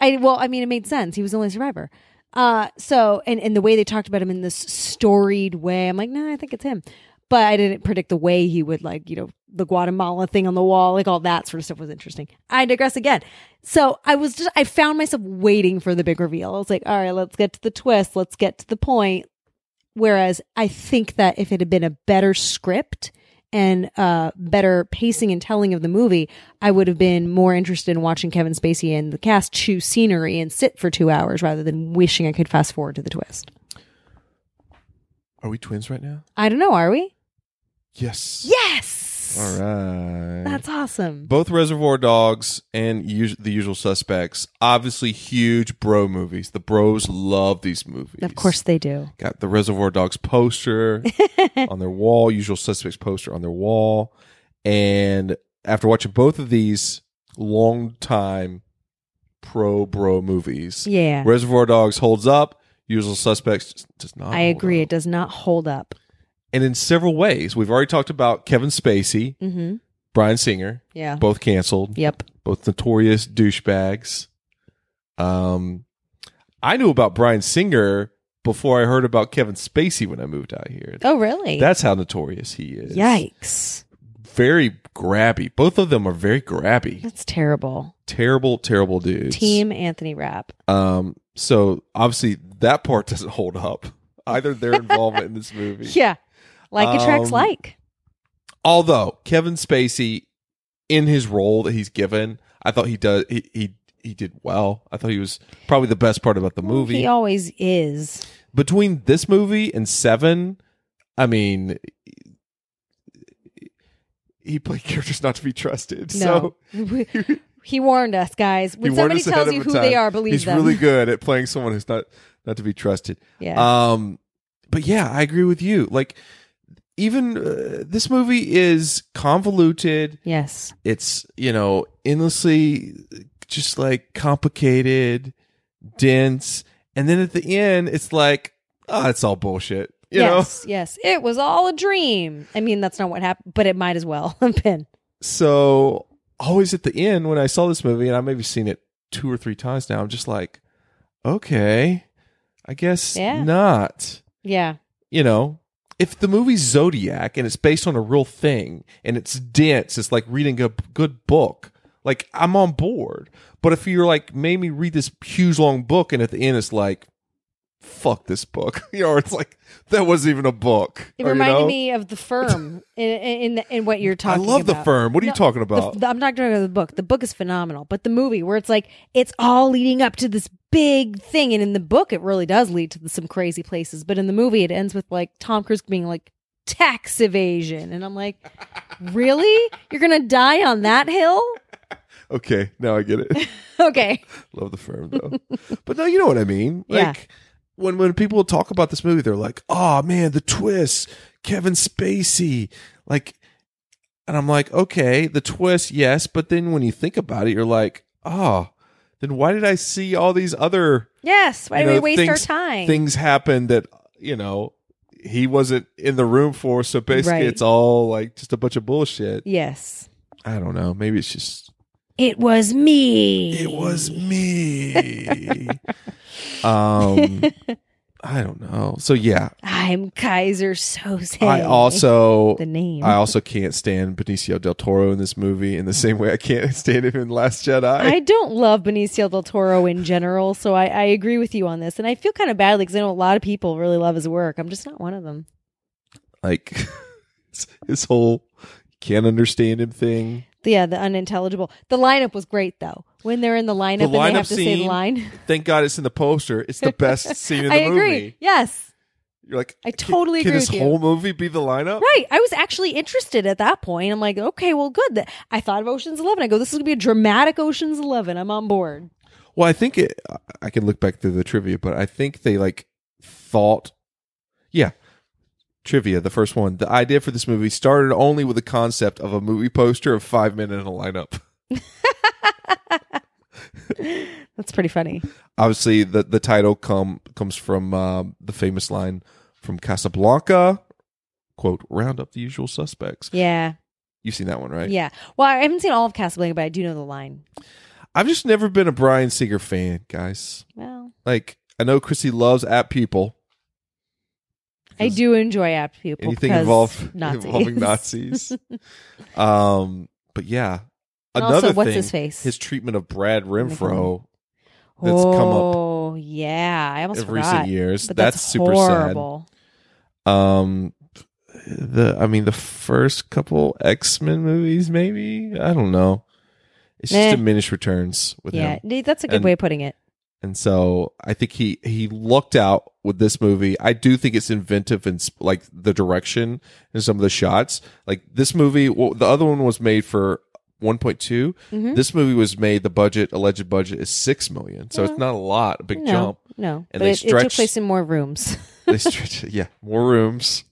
I well, I mean, it made sense. He was the only survivor. Uh, so and and the way they talked about him in this storied way, I'm like, no, I think it's him. But I didn't predict the way he would like, you know, the Guatemala thing on the wall, like all that sort of stuff was interesting. I digress again. So I was just, I found myself waiting for the big reveal. I was like, all right, let's get to the twist, let's get to the point. Whereas I think that if it had been a better script and uh, better pacing and telling of the movie, I would have been more interested in watching Kevin Spacey and the cast chew scenery and sit for two hours rather than wishing I could fast forward to the twist.
Are we twins right now?
I don't know. Are we?
Yes.
Yes. Yes.
All right.
That's awesome.
Both Reservoir Dogs and us- The Usual Suspects, obviously huge bro movies. The bros love these movies.
Of course they do.
Got the Reservoir
[LAUGHS]
Dogs poster on their wall, Usual Suspects poster on their wall. And after watching both of these long time pro bro movies,
Yeah.
Reservoir Dogs holds up, Usual Suspects just does not.
I agree. It does not hold up.
And in several ways, we've already talked about Kevin Spacey,
Mm-hmm.
Brian Singer,
Yeah.
both canceled.
Yep.
both notorious douchebags. Um, I knew about Brian Singer before I heard about Kevin Spacey when I moved out here.
Oh, really?
That's how notorious he is.
Yikes.
Very grabby. Both of them are very grabby.
That's terrible.
Terrible, terrible dudes.
Team Anthony Rapp.
Um, so obviously that part [LAUGHS] doesn't hold up either. Their involvement
[LAUGHS]
in this movie.
Yeah. Like attracts
Um,
like.
Although Kevin Spacey, in his role that he's given, I thought he does he he, he did well. I thought he was probably the best part about the movie.
Oh, He always is.
Between this movie and Seven, I mean, he played characters not to be trusted. So
No. [LAUGHS] he warned us, guys. When
he
somebody
warned us ahead
tells you
of
who
time.
they are, believe
he's
them.
really good at playing someone who's not not to be trusted.
Yeah.
Um, but yeah, I agree with you. Like, even uh, this movie is convoluted.
Yes.
It's you know endlessly just like complicated, dense, and then at the end, it's like, oh, it's all bullshit. You
yes,
know.
yes. It was all a dream. I mean, that's not what happened, but it might as well [LAUGHS] have been.
So always at the end when I saw this movie, and I maybe seen it two or three times now, I'm just like, okay, I guess
Yeah.
not.
Yeah.
You know, if the movie's Zodiac and it's based on a real thing and it's dense, it's like reading a good book. Like I'm on board. But if you're like made me read this huge long book and at the end it's like, fuck this book, [LAUGHS] you know, or it's like that wasn't even a book.
It
or, you
reminded
know?
me of the
[LAUGHS]
firm in in, in, in what you're talking.
love The
about.
Firm. What are you talking
the-
about?
the- I'm not talking about the book. The book is phenomenal, but the movie where it's like it's all leading up to this big thing, and in the book it really does lead to some crazy places. But in the movie, it ends with like Tom Cruise being like tax evasion, and I'm like, really? You're gonna die on that hill? [LAUGHS]
Okay, now I get it.
Okay.
Love the firm though. [LAUGHS] but no, you know what I mean. Like
Yeah.
when when people talk about this movie, they're like, "Oh man, the twist, Kevin Spacey." Like and I'm like, "Okay, the twist, yes, but then when you think about it, you're like, "Oh, then why did I see all these other
Yes. Why
you
do we
know,
waste our
things-
time?
Things happen that, you know, he wasn't in the room for, so basically
Right.
it's all like just a bunch of bullshit.
Yes.
I don't know. Maybe it's just
It was me.
It was me. [LAUGHS] um I don't know. So yeah,
I'm Kaiser Soze.
I also
the name.
I also can't stand Benicio del Toro in this movie in the same way I can't stand him in Last Jedi.
I don't love Benicio del Toro in general, so I, I agree with you on this. And I feel kind of badly because I know a lot of people really love his work. I'm just not one of them.
like [LAUGHS] his whole can't understand him thing.
The- yeah, the unintelligible. The lineup was great though. When they're in the lineup, and they have to say the line.
Thank God it's in the poster. It's the best
[LAUGHS]
scene in the
I agree.
movie.
Yes,
You're like
I totally
can
agree
this
with you.
whole movie be the lineup?
right. I was actually interested at that point. I'm like, okay, well, good. That- I thought of Ocean's Eleven. I go, this is gonna be a dramatic Ocean's Eleven. I'm on board.
Well, I think it, I can look back through the trivia, but I think they like thought, yeah, trivia. The first one, the idea for this movie started only with the concept of a movie poster of five men in a lineup.
That's pretty funny.
Obviously, the the title come comes from um, the famous line from Casablanca, quote, "Round up the usual suspects."
Yeah,
You've seen that one, right?
yeah. Well, I haven't seen all of Casablanca, but I do know the line.
I've just never been a Brian Singer fan, guys.
Well,
Like, I know Chrissy loves at people.
I do enjoy apt people.
anything
because
[LAUGHS] involved
Nazis.
involving
[LAUGHS]
Nazis. um, but yeah,
And
another
also, what's
thing,
his face?
his treatment of Brad Renfro that's come up
oh, yeah. I almost
in
forgot.
recent years.
But
That's, super
horrible.
sad. Um, the I mean, the first couple X Men movies, maybe I don't know. It's just
Meh.
diminished returns with
Eh. Yeah,
him.
that's a good
And
way of putting it.
And so I think he he looked out with this movie. I do think it's inventive and in, like the direction and some of the shots. Like this movie, well, the other one was made for 1.2.
Mhm.
This movie was made. The budget, alleged budget, is six million. So it's not a lot, a big
no, [LAUGHS]
jump.
No, but
and they
it, it took
stretched.
place in more rooms. [LAUGHS]
they stretched. Yeah, more rooms.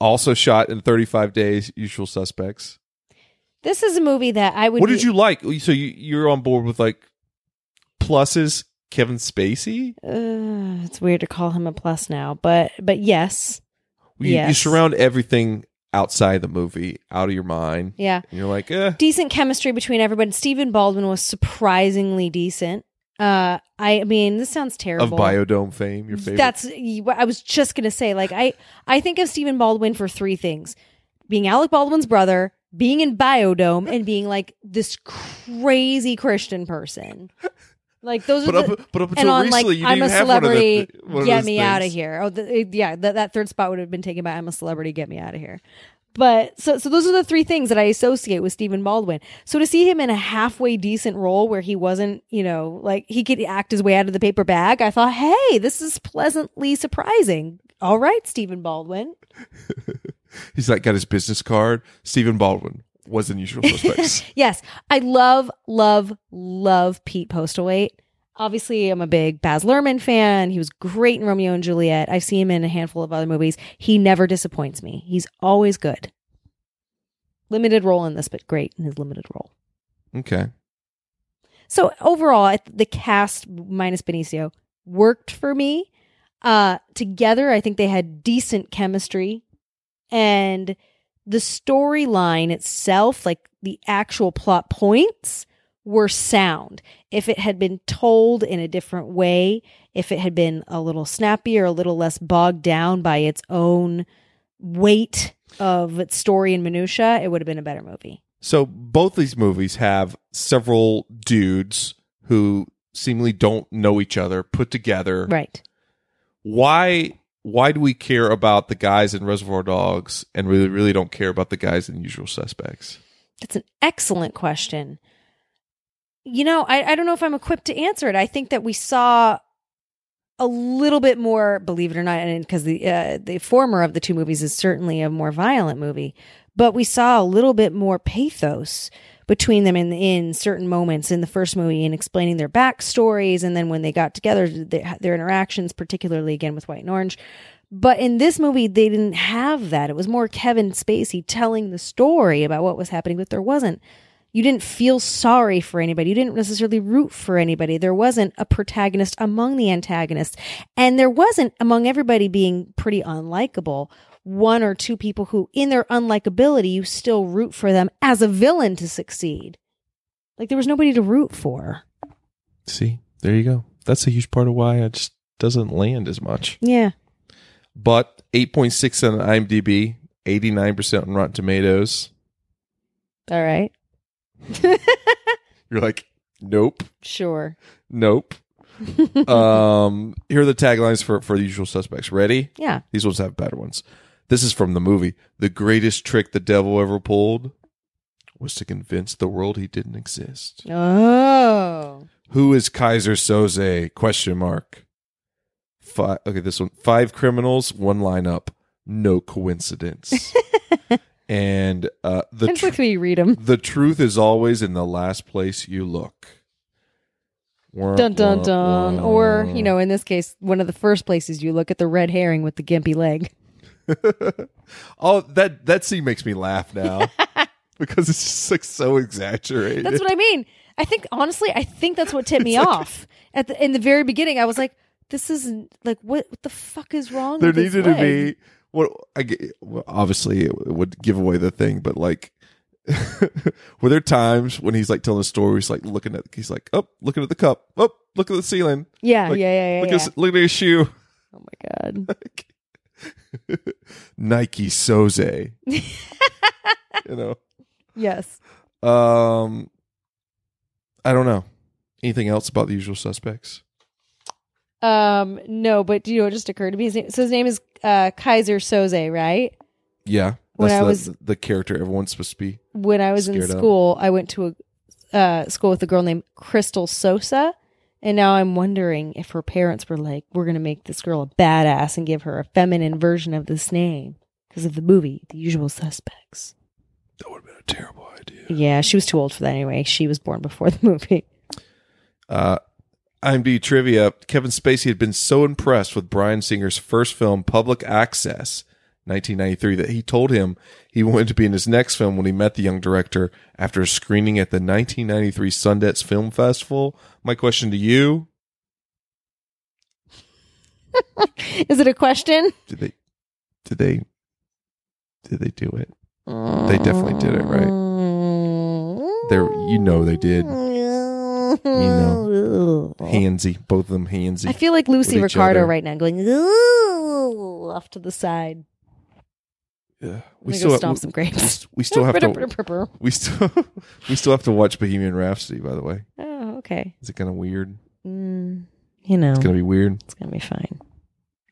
Also shot in 35 days. Usual suspects.
This is a movie that I would.
what
be-
did you like? So you, you're on board with like pluses. Kevin Spacey.
Uh, it's weird to call him a plus now, but but yes,
You, you
Yes.
surround everything outside the movie, out of your mind.
Yeah.
And you're like, eh.
decent chemistry between everybody. Stephen Baldwin was surprisingly decent. Uh, I mean, this sounds
Of
terrible.
Biodome fame, your favorite.
That's you- I was just gonna say. Like I, I think of Stephen Baldwin for three things: being Alec Baldwin's brother, being in Biodome, and being like this crazy Christian person. Like those
But
are the,
up- but up
and
until
on,
recently,
like,
you didn't
I'm
even
a
have one of the-
celebrity.
one of
get
those
me out of
things.
here. Oh, the, it- yeah, that that third spot would have been taken by I'm a celebrity. Get me out of here. But so so those are the three things that I associate with Stephen Baldwin. So to see him in a halfway decent role where he wasn't, you know, like he could act his way out of the paper bag, I thought, hey, this is pleasantly surprising. All right, Stephen Baldwin.
He's like got his business card. Stephen Baldwin was
[LAUGHS]
in Usual Suspects.
yes, I love, love, love Pete Postlewaite. Obviously, I'm a big Baz Luhrmann fan. He was great in Romeo and Juliet. I see him in a handful of other movies. He never disappoints me. He's always good. Limited role in this, but great in his limited role.
okay.
So overall, I th- the cast minus Benicio worked for me. Uh, together, I think they had decent chemistry, and the storyline itself, like the actual plot points, were sound. If it had been told in a different way, if it had been a little snappier, a little less bogged down by its own weight of its story and minutia, it would have been a better movie.
So both these movies have several dudes who seemingly don't know each other put together.
Right.
Why why do we care about the guys in Reservoir Dogs and really really don't care about the guys in Usual Suspects?
That's an excellent question. You know, I, I don't know if I'm equipped to answer it. I think that we saw a little bit more, believe it or not, because the uh, the former of the two movies is certainly a more violent movie, but we saw a little bit more pathos between them in in certain moments in the first movie in explaining their backstories and then when they got together their, their interactions, particularly again with White and Orange. But in this movie, they didn't have that. It was more Kevin Spacey telling the story about what was happening, but there wasn't. You didn't feel sorry for anybody. You didn't necessarily root for anybody. There wasn't a protagonist among the antagonists. And there wasn't, among everybody being pretty unlikable, one or two people who, in their unlikability, you still root for them as a villain to succeed. Like there was nobody to root for.
See, there you go. That's a huge part of why it just doesn't land as much.
Yeah.
But 8.6 on IMDb, 89% on Rotten Tomatoes.
All right.
You're like, nope,
Sure.
nope. um, here are the taglines for, for the usual suspects. Ready?
Yeah.
These ones have better ones. This is from the movie. The greatest trick the devil ever pulled was to convince the world he didn't exist.
Oh.
Who is Kaiser Soze? Question mark. Five. Okay, this one. Five criminals, one lineup. No coincidence. and uh, the
Depends
tr-
like who you read them.
the truth is always in the last place you look. Wah,
dun dun
wah,
dun
wah.
or you
[LAUGHS]
know in this case one of the first places you look at the red herring with the gimpy leg
Oh, that that scene makes me
[LAUGHS]
laugh now because it's just like so exaggerated.
that's what i mean i think honestly i think that's what
[LAUGHS]
tipped me off at the, in the very beginning i was like this isn't like what, what the fuck is wrong
there
with his
needed to
leg?
be what I ge- well, obviously it would give away the thing, but like. [LAUGHS] Were there times when he's like telling a story? He's like looking at, he's like, oh, looking at the cup, oh, look at the ceiling.
Yeah,
Like,
yeah, yeah, yeah,
Look, At,
yeah.
his- look at his shoe.
oh my god
[LAUGHS] Nike Soze. you know,
yes
Um, I don't know. Anything else about the usual suspects?
um no but you know it just occurred to me his name, so his name is uh kaiser soze right
Yeah,
When I
that's the,
was-
the character everyone's supposed to be.
when I was in
Scared of.
school, I went to a uh, school with a girl named Crystal Sosa, And now I'm wondering if her parents were like, we're going to make this girl a badass and give her a feminine version of this name because of the movie, The Usual Suspects. That would have been a terrible idea. Yeah, she was too old for that anyway. She was born before the movie. [LAUGHS]
Uh, IMDb trivia: Kevin Spacey had been so impressed with Brian Singer's first film, Public Access, 1993, that he told him he wanted to be in his next film when he met the young director after a screening at the 1993 Sundance Film Festival. My question to you:
Is it a question?
Did they? Did they? Did they do it? They definitely did it, right? There, you know they
[LAUGHS]
did.
know.
Handsy, both of them handsy.
I feel like Lucy
with each
Ricardo
other.
right now going, ooh, off to the side.
Yeah. We
gonna go
still have,
stomp
we-
some grapes.
We
[LAUGHS]
still have to. [LAUGHS]
Brr-brr-brr-brr-brr.
We still [LAUGHS] we still have to watch Bohemian Rhapsody. By the way,
Oh, okay.
is it kind of weird?
Mm, you know,
It's gonna be weird.
It's gonna be fine.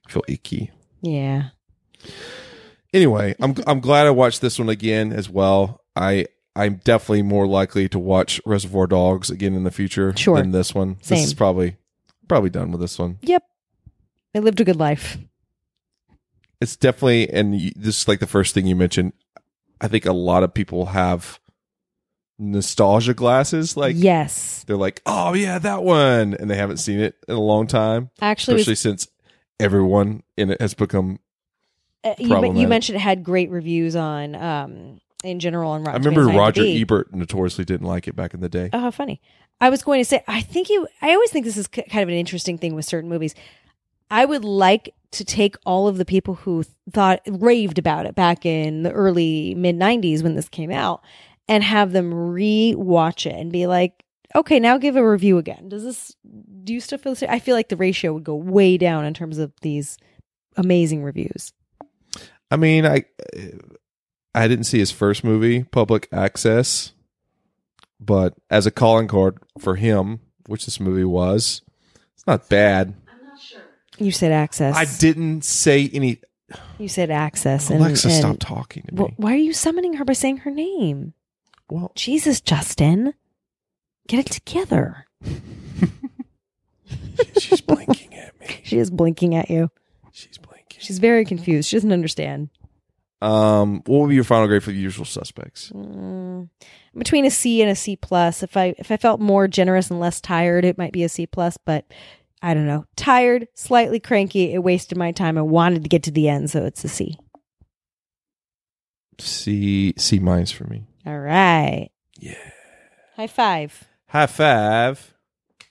I feel icky.
yeah.
Anyway, I'm I'm glad I watched this one again as well. I I'm definitely more likely to watch Reservoir Dogs again in the future
Sure.
than this one.
Same.
This is probably probably done with this one.
Yep. I lived a good life.
It's definitely and you, this is like the first thing you mentioned. I think a lot of people have nostalgia glasses like
yes
they're like oh yeah that one and they haven't seen it in a long time
Actually, it was-
especially since everyone in it has become
Uh, you, men- you
Problematic.
mentioned it had great reviews on, um, in general, on
i
Rotten
remember
Tomatoes,
roger
IMDb.
ebert notoriously didn't like it back in the day
Oh, how funny. I was going to say, I think you, I always think this is k- kind of an interesting thing with certain movies. I would like to take all of the people who thought, raved about it back in the early mid 90s when this came out and have them re watch it and be like, okay, now give a review again. Does this, do you still feel the same? I feel like the ratio would go way down in terms of these amazing reviews.
i mean i i didn't see his first movie public access but as a calling card for him which this movie was it's not bad
You said access.
i didn't say any
You said access. And,
Alexa,
and-
stop talking to me.
Wh- Why are you summoning her by saying her name?
Well,
Jesus, Justin, get it together. [LAUGHS]
She's blinking at me.
She is blinking at you.
She's blinking.
She's very confused. She doesn't understand.
[LAUGHS] um what would be your final grade for the usual suspects
Mm. Between a C and a C plus. If I if I felt more generous and less tired, it might be a C plus. But I don't know. Tired, slightly cranky. It wasted my time. I wanted to get to the end, so it's a C.
c c minus for me
All right.
Yeah.
High five.
High five.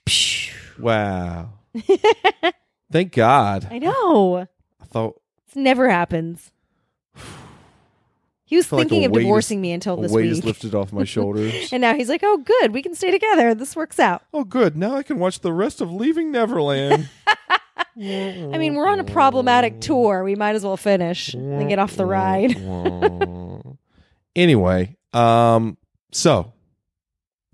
[LAUGHS]
Wow. Thank God.
I know.
I thought
It never happens. He
I
was
felt like
thinking
a
of
weight is-
divorcing me until
a
this
weight
week.
is lifted
[LAUGHS]
off my shoulders.
and now he's like, "Oh, good, we can stay together. This works out."
Oh, good. Now I can watch the rest of Leaving Neverland.
[LAUGHS] I mean, we're on a problematic tour. We might as well finish and get off the ride.
[LAUGHS]
[LAUGHS]
anyway, um, so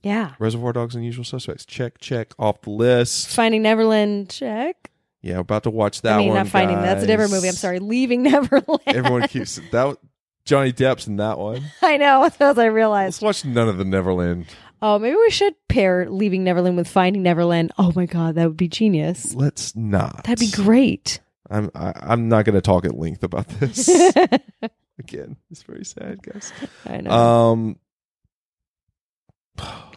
yeah,
Reservoir Dogs and Usual Suspects. Check, check off the list.
Finding Neverland. Check.
Yeah, we're about to watch that
I mean,
one.
not finding. That's a different
guys.
movie. I'm sorry. Leaving Neverland.
Everyone keeps that. Johnny Depp's in that one.
[LAUGHS] I know. [LAUGHS] That's what I realized.
Let's watch none of the Neverland.
Oh, maybe we should pair Leaving Neverland with Finding Neverland. Oh my God, that would be genius.
Let's not.
That'd be great. [LAUGHS]
I'm I, I'm not going to talk at length about this [LAUGHS] again. It's very sad, guys.
I know.
Um,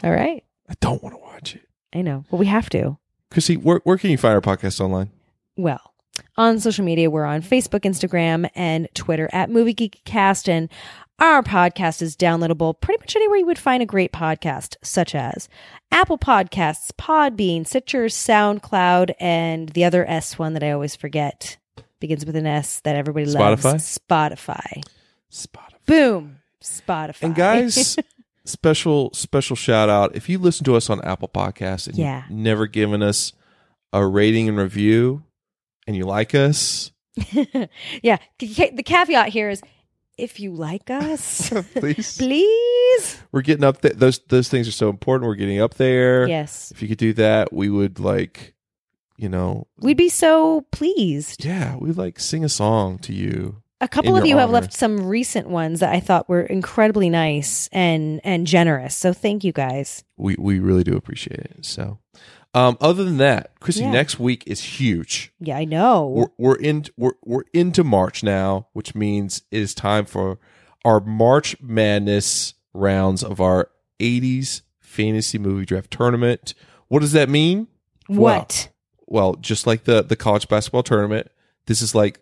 All right.
I don't want to watch it.
I know, but we have to.
Chrissy, where where can you find our podcast online?
well on social media we're on facebook instagram and twitter at movie geek cast and our podcast is downloadable pretty much anywhere you would find a great podcast such as apple podcasts podbean stitcher soundcloud and the other s one that i always forget begins with an s that everybody loves spotify
spotify
boom spotify
And guys, special special shout out if you listen to us on Apple Podcasts and
Yeah.
you've never given us a rating and review, and you
[LAUGHS]
like us,
[LAUGHS] yeah the ca- the caveat here is if you like
[LAUGHS]
us
please
please
we're getting up there. Those those things are so important. We're getting up there.
Yes.
If you could do that, we would like, you know,
we'd be so pleased
yeah, we like sing a song to you.
a couple
in
of you
your
have
honor.
left some recent ones that I thought were incredibly nice and and generous. So thank you guys.
We we really do appreciate it. So, Um, other than that, Chrissy,
Yeah.
next week is huge.
Yeah, I know.
We're, we're in we're we're into March now, which means it is time for our March Madness rounds of our '80s fantasy movie draft tournament. What does that mean?
What?
Well, well, just like the the college basketball tournament, this is like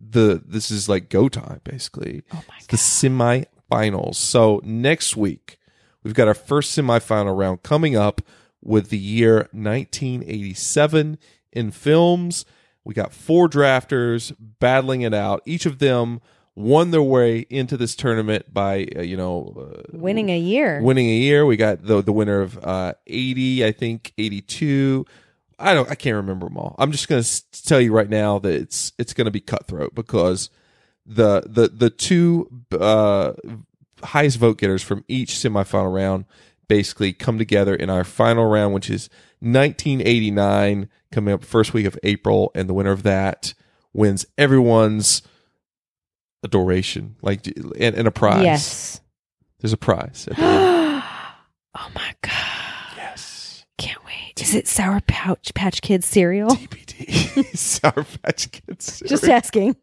the this is like go time basically. Oh my god. The semifinals. So next week we've got our first semifinal round coming up with the year 1987 in films. We got four drafters battling it out. Each of them won their way into this tournament by uh, you know uh,
Winning a year.
winning a year. We got the the winner of uh, eighty, I think eighty two. I don't, I can't remember them all. I'm just going to s- tell you right now that it's it's going to be cutthroat because the the the two uh, highest vote getters from each semifinal round basically come together in our final round, which is 1989 coming up first week of April, and the winner of that wins everyone's adoration, like d- and, and a prize.
Yes.
there's a prize. at the end.
oh my god. Yes. Can't wait. Is it Sour Pouch Patch Kids cereal?
[LAUGHS]
[LAUGHS]
TBD. Sour Patch Kids. cereal.
Just asking.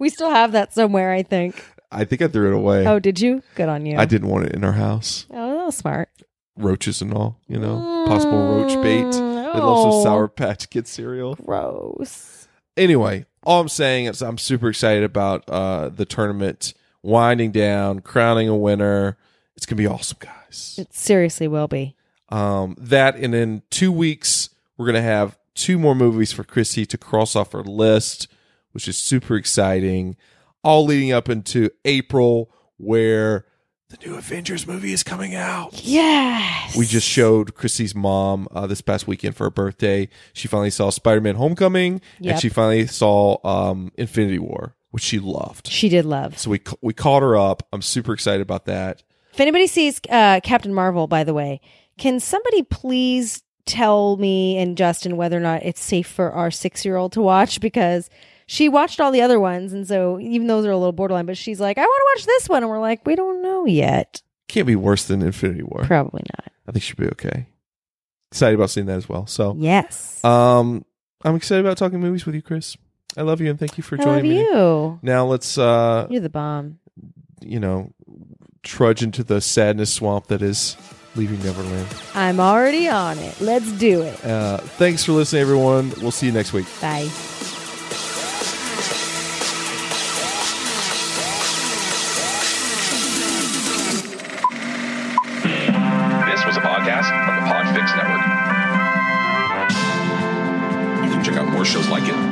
We still have that somewhere, I think.
I think I threw it away.
Oh, did you? Good on you.
I didn't want it in our house.
Oh, that was smart.
Roaches and all, you know, possible
Mm,
roach bait. They love some
no.
Sour Patch Kid cereal.
Gross.
Anyway, all I'm saying is I'm super excited about uh, the tournament winding down, crowning a winner. It's gonna be awesome, guys.
It seriously will be.
Um, that and in two weeks we're gonna have two more movies for Chrissy to cross off her list, which is super exciting. All leading up into April, where the new Avengers movie is coming out.
Yes.
We just showed Chrissy's mom uh, this past weekend for her birthday. She finally saw Spider Man Homecoming,
Yep.
and she finally saw um, Infinity War, which she loved.
She did love.
So we ca- we caught her up. I'm super excited about that.
If anybody sees uh, Captain Marvel, by the way, can somebody please tell me and Justin whether or not it's safe for our six year old to watch? Because she watched all the other ones. And so even those are a little borderline, but she's like, I want to watch this one. And we're like, we don't know yet.
Can't be worse than Infinity War.
Probably not.
I think she'll be okay. Excited about seeing that as well. So
Yes.
um, I'm excited about talking movies with you, Chris. I love you and thank you for
I
joining
love
me.
you.
Now let's uh,
You're the bomb.
you know, trudge into the sadness swamp that is leaving Neverland.
I'm already on it. Let's do it.
Uh, thanks for listening, everyone. We'll see you next week.
Bye.
This was a podcast from the Podfix Network. You can check out more shows like it